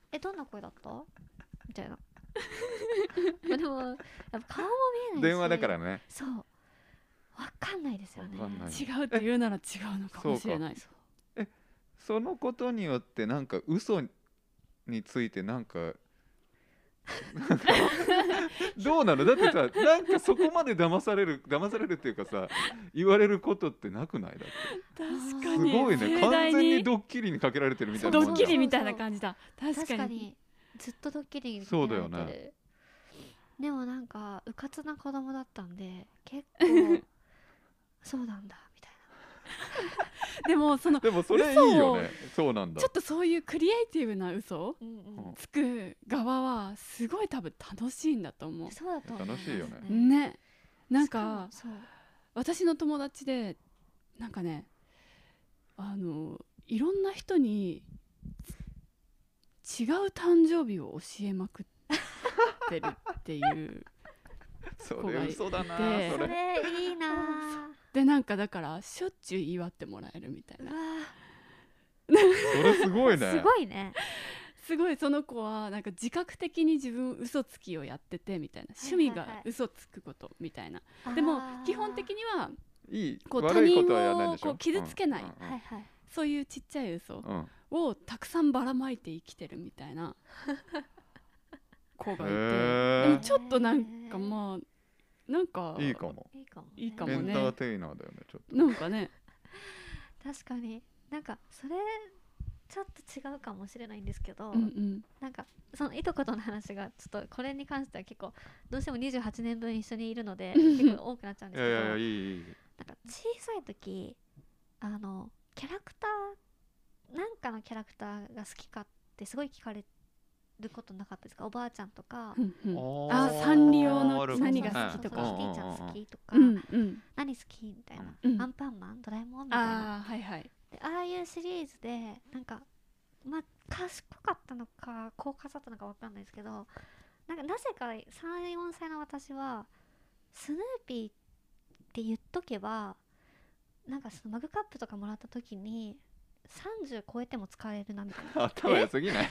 [SPEAKER 3] えどんな声だったみたいなでもやっぱ顔も見えないし
[SPEAKER 1] 電話だからね
[SPEAKER 3] そうわかんないですよね
[SPEAKER 1] わかんない
[SPEAKER 2] 違うって言うなら違うのかもしれない
[SPEAKER 1] そのことによってなんか嘘についてなん かどうなのだってさなんかそこまで騙される騙されるっていうかさ言われることってなくないだって
[SPEAKER 2] 確か
[SPEAKER 1] す
[SPEAKER 2] に
[SPEAKER 1] ごいね
[SPEAKER 2] 盛
[SPEAKER 1] 完
[SPEAKER 2] 大
[SPEAKER 1] 全に
[SPEAKER 2] にド
[SPEAKER 1] ドッキリにかけられてるみたいなもん
[SPEAKER 2] ッ
[SPEAKER 1] だ
[SPEAKER 2] キリみたいな感じだ確
[SPEAKER 3] 確
[SPEAKER 2] か
[SPEAKER 3] か
[SPEAKER 2] に
[SPEAKER 3] にずっとドッキリに
[SPEAKER 1] そうだよね
[SPEAKER 3] 見られてるでもなんかうかつな子供だったんで結 構そうなんだみたい
[SPEAKER 2] でもそのち
[SPEAKER 1] でもそれいいよねそうなんだ
[SPEAKER 2] ょっとそういうクリエイティブな嘘
[SPEAKER 3] な、うん
[SPEAKER 1] うん
[SPEAKER 2] つく側はすごい多分楽しいんだと
[SPEAKER 3] う
[SPEAKER 2] 思
[SPEAKER 3] ん、そうだと思います
[SPEAKER 1] 楽しいよね
[SPEAKER 2] うねなんか
[SPEAKER 3] しもそう
[SPEAKER 2] 私の友達でなんかねあのいろんな人に違う誕生日を教えまくってるって いう
[SPEAKER 1] そ
[SPEAKER 2] 子
[SPEAKER 1] れ
[SPEAKER 2] がいて
[SPEAKER 1] 嘘だな
[SPEAKER 2] で
[SPEAKER 1] そ
[SPEAKER 3] そ
[SPEAKER 1] れ
[SPEAKER 3] れいいなあ
[SPEAKER 2] でなんかだからしょっちゅう祝ってもらえるみたいうな
[SPEAKER 3] わ
[SPEAKER 1] それすごい
[SPEAKER 3] あ
[SPEAKER 1] ね
[SPEAKER 3] すごいね
[SPEAKER 2] すごいその子はなんか自覚的に自分嘘つきをやっててみたいな趣味
[SPEAKER 3] はいはいは
[SPEAKER 2] が
[SPEAKER 3] い
[SPEAKER 2] 嘘つくことみたいなでも
[SPEAKER 3] あー
[SPEAKER 2] 基本的にはい
[SPEAKER 1] い
[SPEAKER 2] こう
[SPEAKER 1] 悪いことはやらないでし
[SPEAKER 2] 他人
[SPEAKER 1] ょ
[SPEAKER 2] をこう傷つけない
[SPEAKER 1] うん
[SPEAKER 3] はいはい
[SPEAKER 2] そういうちっちゃい嘘
[SPEAKER 1] うんうん
[SPEAKER 2] をたくさんばらまいて生きてるみたい な子がいて、
[SPEAKER 1] へー
[SPEAKER 2] でもちょっとなんかまあなんか
[SPEAKER 1] いいかも
[SPEAKER 3] いいかもね、
[SPEAKER 2] いいか
[SPEAKER 1] エ
[SPEAKER 2] も
[SPEAKER 1] ン
[SPEAKER 2] ね
[SPEAKER 1] ターテイナーだよねちょっと
[SPEAKER 2] なんかね
[SPEAKER 3] 確かになんかそれちちょっと違うかもしれないんですけど、
[SPEAKER 2] うんうん
[SPEAKER 3] なんかそのいとことの話がちょっとこれに関しては結構どうしても28年分一緒にいるので結構多くなっちゃうんで
[SPEAKER 1] いやい
[SPEAKER 3] すけど
[SPEAKER 1] やいやいいいいいい
[SPEAKER 3] なんか小さい時あのキャラクターなんかのキャラクターが好きかってすごい聞かれることなかったですかおばあちゃんとか
[SPEAKER 2] うんうん
[SPEAKER 1] あ
[SPEAKER 2] あサンリオの
[SPEAKER 1] なるほど
[SPEAKER 2] 何が好きと
[SPEAKER 3] そうそう
[SPEAKER 2] か
[SPEAKER 3] そうキティちゃん好きとか、
[SPEAKER 2] うんうん
[SPEAKER 3] 何好きみたいな、
[SPEAKER 2] うん
[SPEAKER 3] アンパンマンドラえもんみたいな
[SPEAKER 2] ああはいはい
[SPEAKER 3] でああいうシリーズでなんかまあ賢かったのか高価だったのかわかんないですけどなんかなぜか34歳の私はスヌーピーって言っとけばなんかそのマグカップとかもらった時に30超えても使えるなみたいなっ
[SPEAKER 1] 頭良すぎない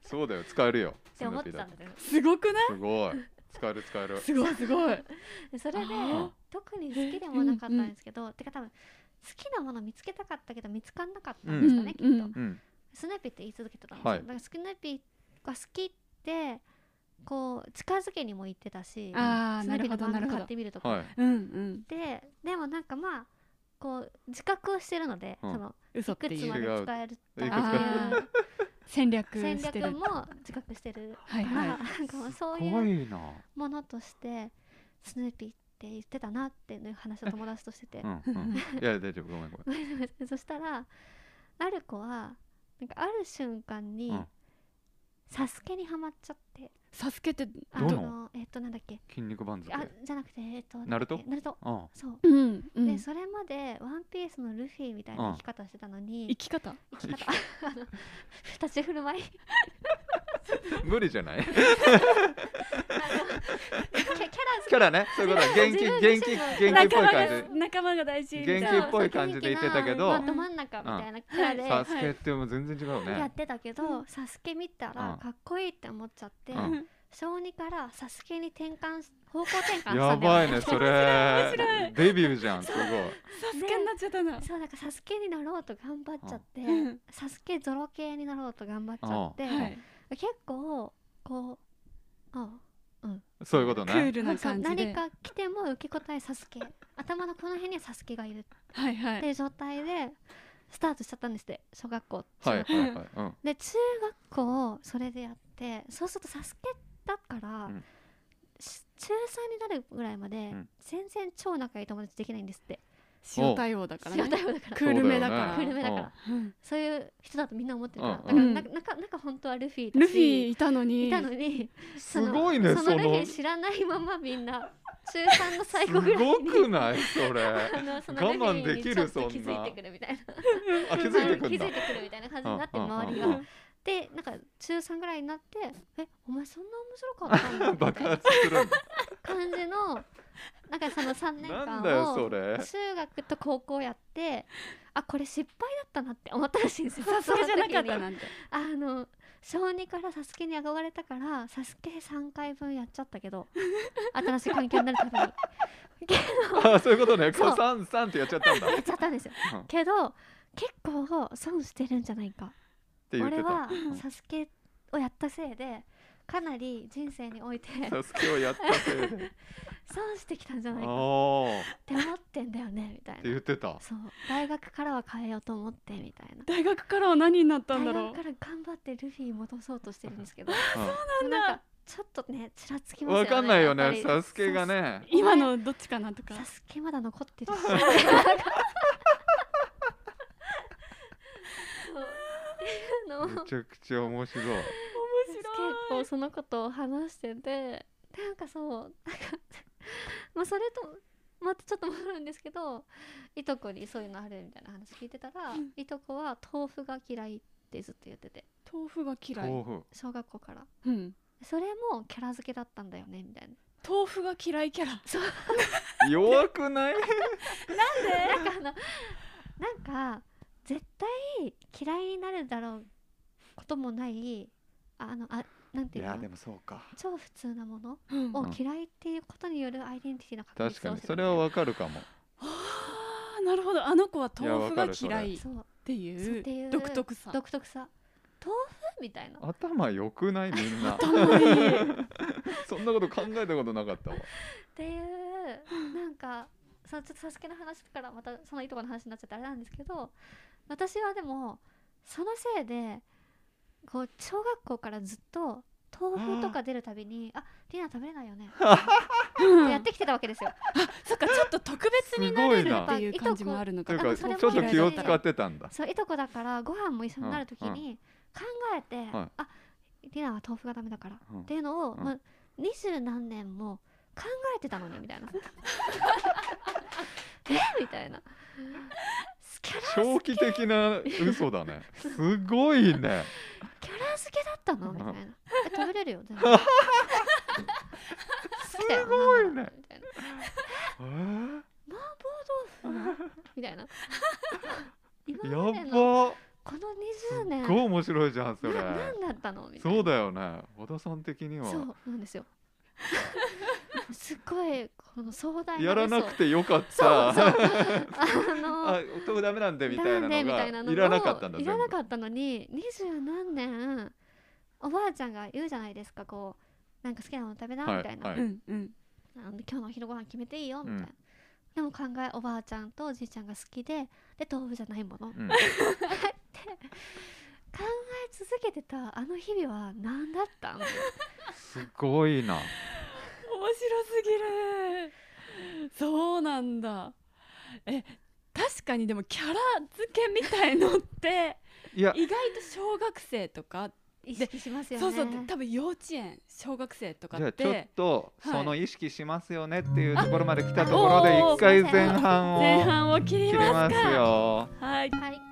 [SPEAKER 1] そうだよ使えるよ
[SPEAKER 3] て思って
[SPEAKER 1] スヌ
[SPEAKER 3] た
[SPEAKER 1] ー
[SPEAKER 3] ん
[SPEAKER 1] ピーだ
[SPEAKER 3] です
[SPEAKER 2] す
[SPEAKER 3] よ
[SPEAKER 2] ごくない
[SPEAKER 1] とすごい使える使える
[SPEAKER 2] すごいすご い
[SPEAKER 3] でそれで
[SPEAKER 2] あ
[SPEAKER 3] 特に好きでもなかったんですけどてか多分好きなもの見つけたかったけど見つかんなかったんですかね、
[SPEAKER 2] うん
[SPEAKER 3] きっと
[SPEAKER 2] う。ん
[SPEAKER 1] うん
[SPEAKER 3] スヌーピーって言い続けてたんですよ、
[SPEAKER 1] はい
[SPEAKER 3] だからスヌーピーが好きってこう近づけにも言ってたし
[SPEAKER 2] ああ
[SPEAKER 3] スヌ
[SPEAKER 2] な
[SPEAKER 3] ーピ
[SPEAKER 2] る
[SPEAKER 3] ーの
[SPEAKER 2] ほどな
[SPEAKER 3] 漫画
[SPEAKER 2] るほ
[SPEAKER 3] 買っ
[SPEAKER 2] ど
[SPEAKER 3] てみるとか、
[SPEAKER 1] はい
[SPEAKER 2] うんうん
[SPEAKER 3] ででもなんかまあこう自覚をしてるので、
[SPEAKER 1] うん
[SPEAKER 3] その
[SPEAKER 2] 嘘
[SPEAKER 3] い
[SPEAKER 2] って
[SPEAKER 3] くつ
[SPEAKER 2] い
[SPEAKER 3] ま
[SPEAKER 2] う
[SPEAKER 3] で使え
[SPEAKER 1] いく
[SPEAKER 3] るか
[SPEAKER 1] つか
[SPEAKER 3] っ
[SPEAKER 2] あー戦略
[SPEAKER 3] ていう
[SPEAKER 2] して
[SPEAKER 3] 戦
[SPEAKER 2] る
[SPEAKER 3] 略も自覚してる
[SPEAKER 2] はい
[SPEAKER 3] から、
[SPEAKER 2] は
[SPEAKER 3] なんかもうそう
[SPEAKER 1] す
[SPEAKER 3] い
[SPEAKER 1] ご
[SPEAKER 3] う
[SPEAKER 1] いな
[SPEAKER 3] ものとしてスヌーピーって言ってたなっていう話を友達としてて
[SPEAKER 1] う、んうんいや大丈夫ごめんごめん
[SPEAKER 3] そしたらある子はなんかある瞬間に、
[SPEAKER 1] うん
[SPEAKER 3] サスケにはまっちゃって。
[SPEAKER 2] サスケ って
[SPEAKER 3] あ
[SPEAKER 1] どの
[SPEAKER 3] のえっ、となんだっけ
[SPEAKER 1] 筋肉番付
[SPEAKER 3] あじゃなくてえっ、と
[SPEAKER 1] ナルト
[SPEAKER 3] なんだっけナルト
[SPEAKER 1] うん
[SPEAKER 3] そう、
[SPEAKER 2] うんう
[SPEAKER 3] で
[SPEAKER 2] ん
[SPEAKER 3] それまでワンピースのルフィみたいな生き方してたの
[SPEAKER 2] 生
[SPEAKER 3] に、
[SPEAKER 2] き方
[SPEAKER 3] 生き方あの立ち振る舞い
[SPEAKER 1] 無理じゃない
[SPEAKER 3] あのキャキャラ
[SPEAKER 1] キャラねそういうこと元気
[SPEAKER 3] 自分
[SPEAKER 1] 元
[SPEAKER 3] 自
[SPEAKER 1] 気
[SPEAKER 3] 身の
[SPEAKER 1] 元気っぽい感
[SPEAKER 2] 仲間が仲間が大事みたい
[SPEAKER 1] 元
[SPEAKER 2] な
[SPEAKER 1] 気っぽい感じで言ってたけど
[SPEAKER 3] まあ、ど真ん中みたいなキャラ
[SPEAKER 1] じ
[SPEAKER 3] で
[SPEAKER 1] サスケってもう全然違う
[SPEAKER 3] やっ
[SPEAKER 1] ね
[SPEAKER 3] てたけど、サスケ見た
[SPEAKER 1] う
[SPEAKER 3] ら
[SPEAKER 1] ん
[SPEAKER 3] かっこいいって思っちゃって、
[SPEAKER 1] うん
[SPEAKER 3] 小2からサスケに転換し方向転換したんだよ
[SPEAKER 1] やばいねそれ
[SPEAKER 2] 白い
[SPEAKER 1] デビューじゃんすごい
[SPEAKER 2] サスケになっちゃったな
[SPEAKER 3] そうなんかサスケになろうと頑張っちゃって、
[SPEAKER 2] うん
[SPEAKER 3] サスケゾロ系になろうと頑張っちゃって、
[SPEAKER 2] はい
[SPEAKER 3] 結構こうあ
[SPEAKER 1] そういうこと
[SPEAKER 2] クー
[SPEAKER 1] ね
[SPEAKER 2] ルな感じ
[SPEAKER 3] 何
[SPEAKER 2] で
[SPEAKER 3] か来ても受け答えサスケ頭のこの辺にはサスケがいるっ
[SPEAKER 2] はいは
[SPEAKER 3] て
[SPEAKER 2] い
[SPEAKER 3] いう状態でスタートしちゃったんですって小学校
[SPEAKER 1] はいはいはいうん
[SPEAKER 3] で中学校をそれでやってそうするとサスケだから、
[SPEAKER 1] うん
[SPEAKER 3] し中3になるぐらいまで
[SPEAKER 1] ん
[SPEAKER 3] 全然超仲いい友達できないんですって、
[SPEAKER 2] 塩対応だからね
[SPEAKER 3] 塩対応だから
[SPEAKER 2] クールめだか
[SPEAKER 1] あ
[SPEAKER 2] ら
[SPEAKER 3] クールめだから
[SPEAKER 2] うん
[SPEAKER 3] そういう人だとみんな思ってるから、
[SPEAKER 1] うん
[SPEAKER 3] だから
[SPEAKER 2] うん
[SPEAKER 3] な中中本当はルフィだし
[SPEAKER 2] ルフィいたのに
[SPEAKER 3] いたのに
[SPEAKER 1] すごいね
[SPEAKER 3] そ
[SPEAKER 1] そ
[SPEAKER 3] のルフ
[SPEAKER 1] の
[SPEAKER 3] ィ知らないままみんな中3の最後ぐらい
[SPEAKER 1] す
[SPEAKER 3] に
[SPEAKER 1] ごくないそれ
[SPEAKER 3] あのそのルフ
[SPEAKER 1] 我慢
[SPEAKER 3] ィ
[SPEAKER 1] で
[SPEAKER 3] に
[SPEAKER 1] き
[SPEAKER 3] ちょ
[SPEAKER 1] る
[SPEAKER 3] っと気
[SPEAKER 1] そんな
[SPEAKER 3] づいてくるみたいな
[SPEAKER 1] あ気づいてく
[SPEAKER 3] 気
[SPEAKER 1] んだ
[SPEAKER 3] づいてくるみたいな感じになって
[SPEAKER 1] うん
[SPEAKER 3] 周り
[SPEAKER 1] うんうん
[SPEAKER 3] が
[SPEAKER 1] うん
[SPEAKER 3] でなんか中3ぐらいになってえお前そんな面白かったんだみ
[SPEAKER 1] 爆
[SPEAKER 3] たいな
[SPEAKER 1] 発するんだ
[SPEAKER 3] 感じのなんかその3年
[SPEAKER 1] なんだ
[SPEAKER 3] 間
[SPEAKER 1] よそ
[SPEAKER 3] を
[SPEAKER 1] れ
[SPEAKER 3] 中学と高校やってあこれ失敗だったなって思ったらしいん ですよ
[SPEAKER 2] サスケじゃなかっ
[SPEAKER 3] その時に
[SPEAKER 2] たなんて
[SPEAKER 3] あの小2からサスケに憧れたからサスケ3回分やっちゃったけど新しい環境になるために
[SPEAKER 1] あそういうことね
[SPEAKER 3] そう
[SPEAKER 1] こうサンサンってやっちゃったん だっ
[SPEAKER 3] やっちゃったんですよ
[SPEAKER 1] うん
[SPEAKER 3] けど結構損してるんじゃないか
[SPEAKER 1] て言って
[SPEAKER 3] 俺
[SPEAKER 1] た
[SPEAKER 3] はサスケをやったせいでかなり人生において
[SPEAKER 1] サスケをやったせい で
[SPEAKER 3] 損してきたんじゃ
[SPEAKER 1] あ
[SPEAKER 3] ないかっ
[SPEAKER 1] ーって
[SPEAKER 3] 思ってんだよねみたい
[SPEAKER 1] て言
[SPEAKER 3] な
[SPEAKER 1] ってた
[SPEAKER 3] そう大学からは変えようと思ってみたいな
[SPEAKER 2] 大学からは何になったんだ
[SPEAKER 3] 大
[SPEAKER 2] ろ
[SPEAKER 3] 学
[SPEAKER 2] う
[SPEAKER 3] から頑張ってルフィ戻そうとしてるんですけ ど
[SPEAKER 1] う
[SPEAKER 3] なん
[SPEAKER 2] だ
[SPEAKER 3] んかちょっとねちらつき
[SPEAKER 1] ん
[SPEAKER 3] ますよね
[SPEAKER 1] わかんないよ
[SPEAKER 3] やっぱ
[SPEAKER 1] ね
[SPEAKER 3] り
[SPEAKER 1] サスケがね
[SPEAKER 2] 今のどっちかなとか
[SPEAKER 3] サスケまだ残っ てるし。そうっていうのを
[SPEAKER 1] めちゃくちゃ面白い
[SPEAKER 3] 結構そのことを話しててなんかそうなんかまあそれとまたちょっと戻るんですけどいとこにそういうのあるみたいな話聞いてたら、
[SPEAKER 2] うん
[SPEAKER 3] いとこは豆腐が嫌いってずっと言ってて
[SPEAKER 2] 豆腐が嫌い
[SPEAKER 1] 豆腐
[SPEAKER 3] 小学校から
[SPEAKER 2] うん
[SPEAKER 3] それもキャラ付けだったんだよねみたいな
[SPEAKER 2] 豆腐が嫌いキャラ
[SPEAKER 1] 弱くない
[SPEAKER 3] なんかあのなんか絶対嫌いになるだろうこともないあのあなんて
[SPEAKER 1] い
[SPEAKER 3] いう
[SPEAKER 1] や
[SPEAKER 3] か
[SPEAKER 1] で
[SPEAKER 3] な
[SPEAKER 1] もそうか
[SPEAKER 3] 超普通なもの
[SPEAKER 2] うん
[SPEAKER 3] を
[SPEAKER 1] うん
[SPEAKER 3] 嫌いっていうことによるアイデンティティの確
[SPEAKER 1] 確
[SPEAKER 3] 立
[SPEAKER 1] か
[SPEAKER 3] を
[SPEAKER 1] に
[SPEAKER 3] してた
[SPEAKER 1] それはわかるかも
[SPEAKER 2] あーなるほどあの子はい
[SPEAKER 1] や
[SPEAKER 2] 豆
[SPEAKER 1] わ
[SPEAKER 2] 腐
[SPEAKER 1] か
[SPEAKER 2] が
[SPEAKER 1] るそれ
[SPEAKER 2] 嫌いっ
[SPEAKER 3] そう
[SPEAKER 2] て
[SPEAKER 3] そう
[SPEAKER 2] い
[SPEAKER 3] っていう
[SPEAKER 2] う独特さ
[SPEAKER 3] 独特さ豆腐みたいな
[SPEAKER 1] 頭良くないみんなそんなこと考えたことなかったわ
[SPEAKER 3] っていうなんかそのちょっとサスケの話からまたそのいとこの話になっちゃってあれなんですけど私はでもそのせいでこう小学校からずっと豆腐とか出るたびに「あリナ食べれないよね」
[SPEAKER 2] うん
[SPEAKER 3] やってきてたわけですよ。
[SPEAKER 2] そっかちょっと特別になれるっていう感じもあるの
[SPEAKER 1] と
[SPEAKER 2] か
[SPEAKER 1] い
[SPEAKER 2] な
[SPEAKER 3] あ
[SPEAKER 1] う
[SPEAKER 3] そ
[SPEAKER 1] か
[SPEAKER 3] れも
[SPEAKER 1] ちょっと気を
[SPEAKER 3] 嫌いだ
[SPEAKER 1] 使ってたんだ
[SPEAKER 3] そういとこだからご飯も一緒になるときに考えて、
[SPEAKER 1] はい
[SPEAKER 3] あリナは豆腐がダメだから、
[SPEAKER 1] うん
[SPEAKER 3] っていうのを、
[SPEAKER 1] うん
[SPEAKER 3] まあ、二十何年も考えてたのにみたい なえみたいなすキャラ
[SPEAKER 1] 長期的な嘘だねすごいね
[SPEAKER 3] キャラ付けだったのみたいなえ食べれるよ全然 好きだよ
[SPEAKER 1] ごいね
[SPEAKER 3] なんならみたい
[SPEAKER 1] えー
[SPEAKER 3] なみ
[SPEAKER 1] や
[SPEAKER 3] たいな今まで
[SPEAKER 1] っ
[SPEAKER 3] の
[SPEAKER 1] ば
[SPEAKER 3] この
[SPEAKER 1] す
[SPEAKER 3] 20年
[SPEAKER 1] っごい面白いじゃんそれ
[SPEAKER 3] な何だったのみたいな
[SPEAKER 1] そうだよね和田さん的には
[SPEAKER 3] そうなんですよ すっごいこの壮大な嘘
[SPEAKER 1] やらなくてよかっ
[SPEAKER 3] そうそう
[SPEAKER 1] た
[SPEAKER 3] あの
[SPEAKER 1] あ音ダメなんでみたい
[SPEAKER 3] な
[SPEAKER 1] なん
[SPEAKER 3] でみたい
[SPEAKER 1] の
[SPEAKER 3] なの
[SPEAKER 1] がいらなかったんだ
[SPEAKER 3] いらな
[SPEAKER 1] 全部
[SPEAKER 3] かったのに二十何年おばあちゃんが言うじゃないですかこうなんか好きなもの食べな
[SPEAKER 1] はい
[SPEAKER 3] みたいな、
[SPEAKER 1] は
[SPEAKER 2] う
[SPEAKER 1] い
[SPEAKER 2] んうん
[SPEAKER 3] あの今日のお昼ご飯決めていいよみたいな、
[SPEAKER 1] うん
[SPEAKER 3] でも考えおばあちゃんとおじいちゃんが好きでで豆腐じゃないもの考
[SPEAKER 1] うん
[SPEAKER 3] え続けてたあの日々は何だ ったの
[SPEAKER 1] すごいな
[SPEAKER 2] 面白すぎるそうなんだえ確かにでもキャラ付けみたいのって
[SPEAKER 1] いや
[SPEAKER 2] 意外と小学生とか、
[SPEAKER 3] 意識しますよね
[SPEAKER 2] そうそう多分幼稚園小学生とか
[SPEAKER 1] じゃ
[SPEAKER 2] っ
[SPEAKER 1] あちょってと
[SPEAKER 2] はい
[SPEAKER 1] その意識しますよねっていうところまで来たところで
[SPEAKER 2] あおー
[SPEAKER 1] 一回前半
[SPEAKER 2] 前
[SPEAKER 1] を
[SPEAKER 2] 半を切り
[SPEAKER 1] 切り
[SPEAKER 2] ま
[SPEAKER 1] ますす
[SPEAKER 2] か
[SPEAKER 1] よ。
[SPEAKER 2] はい
[SPEAKER 3] はい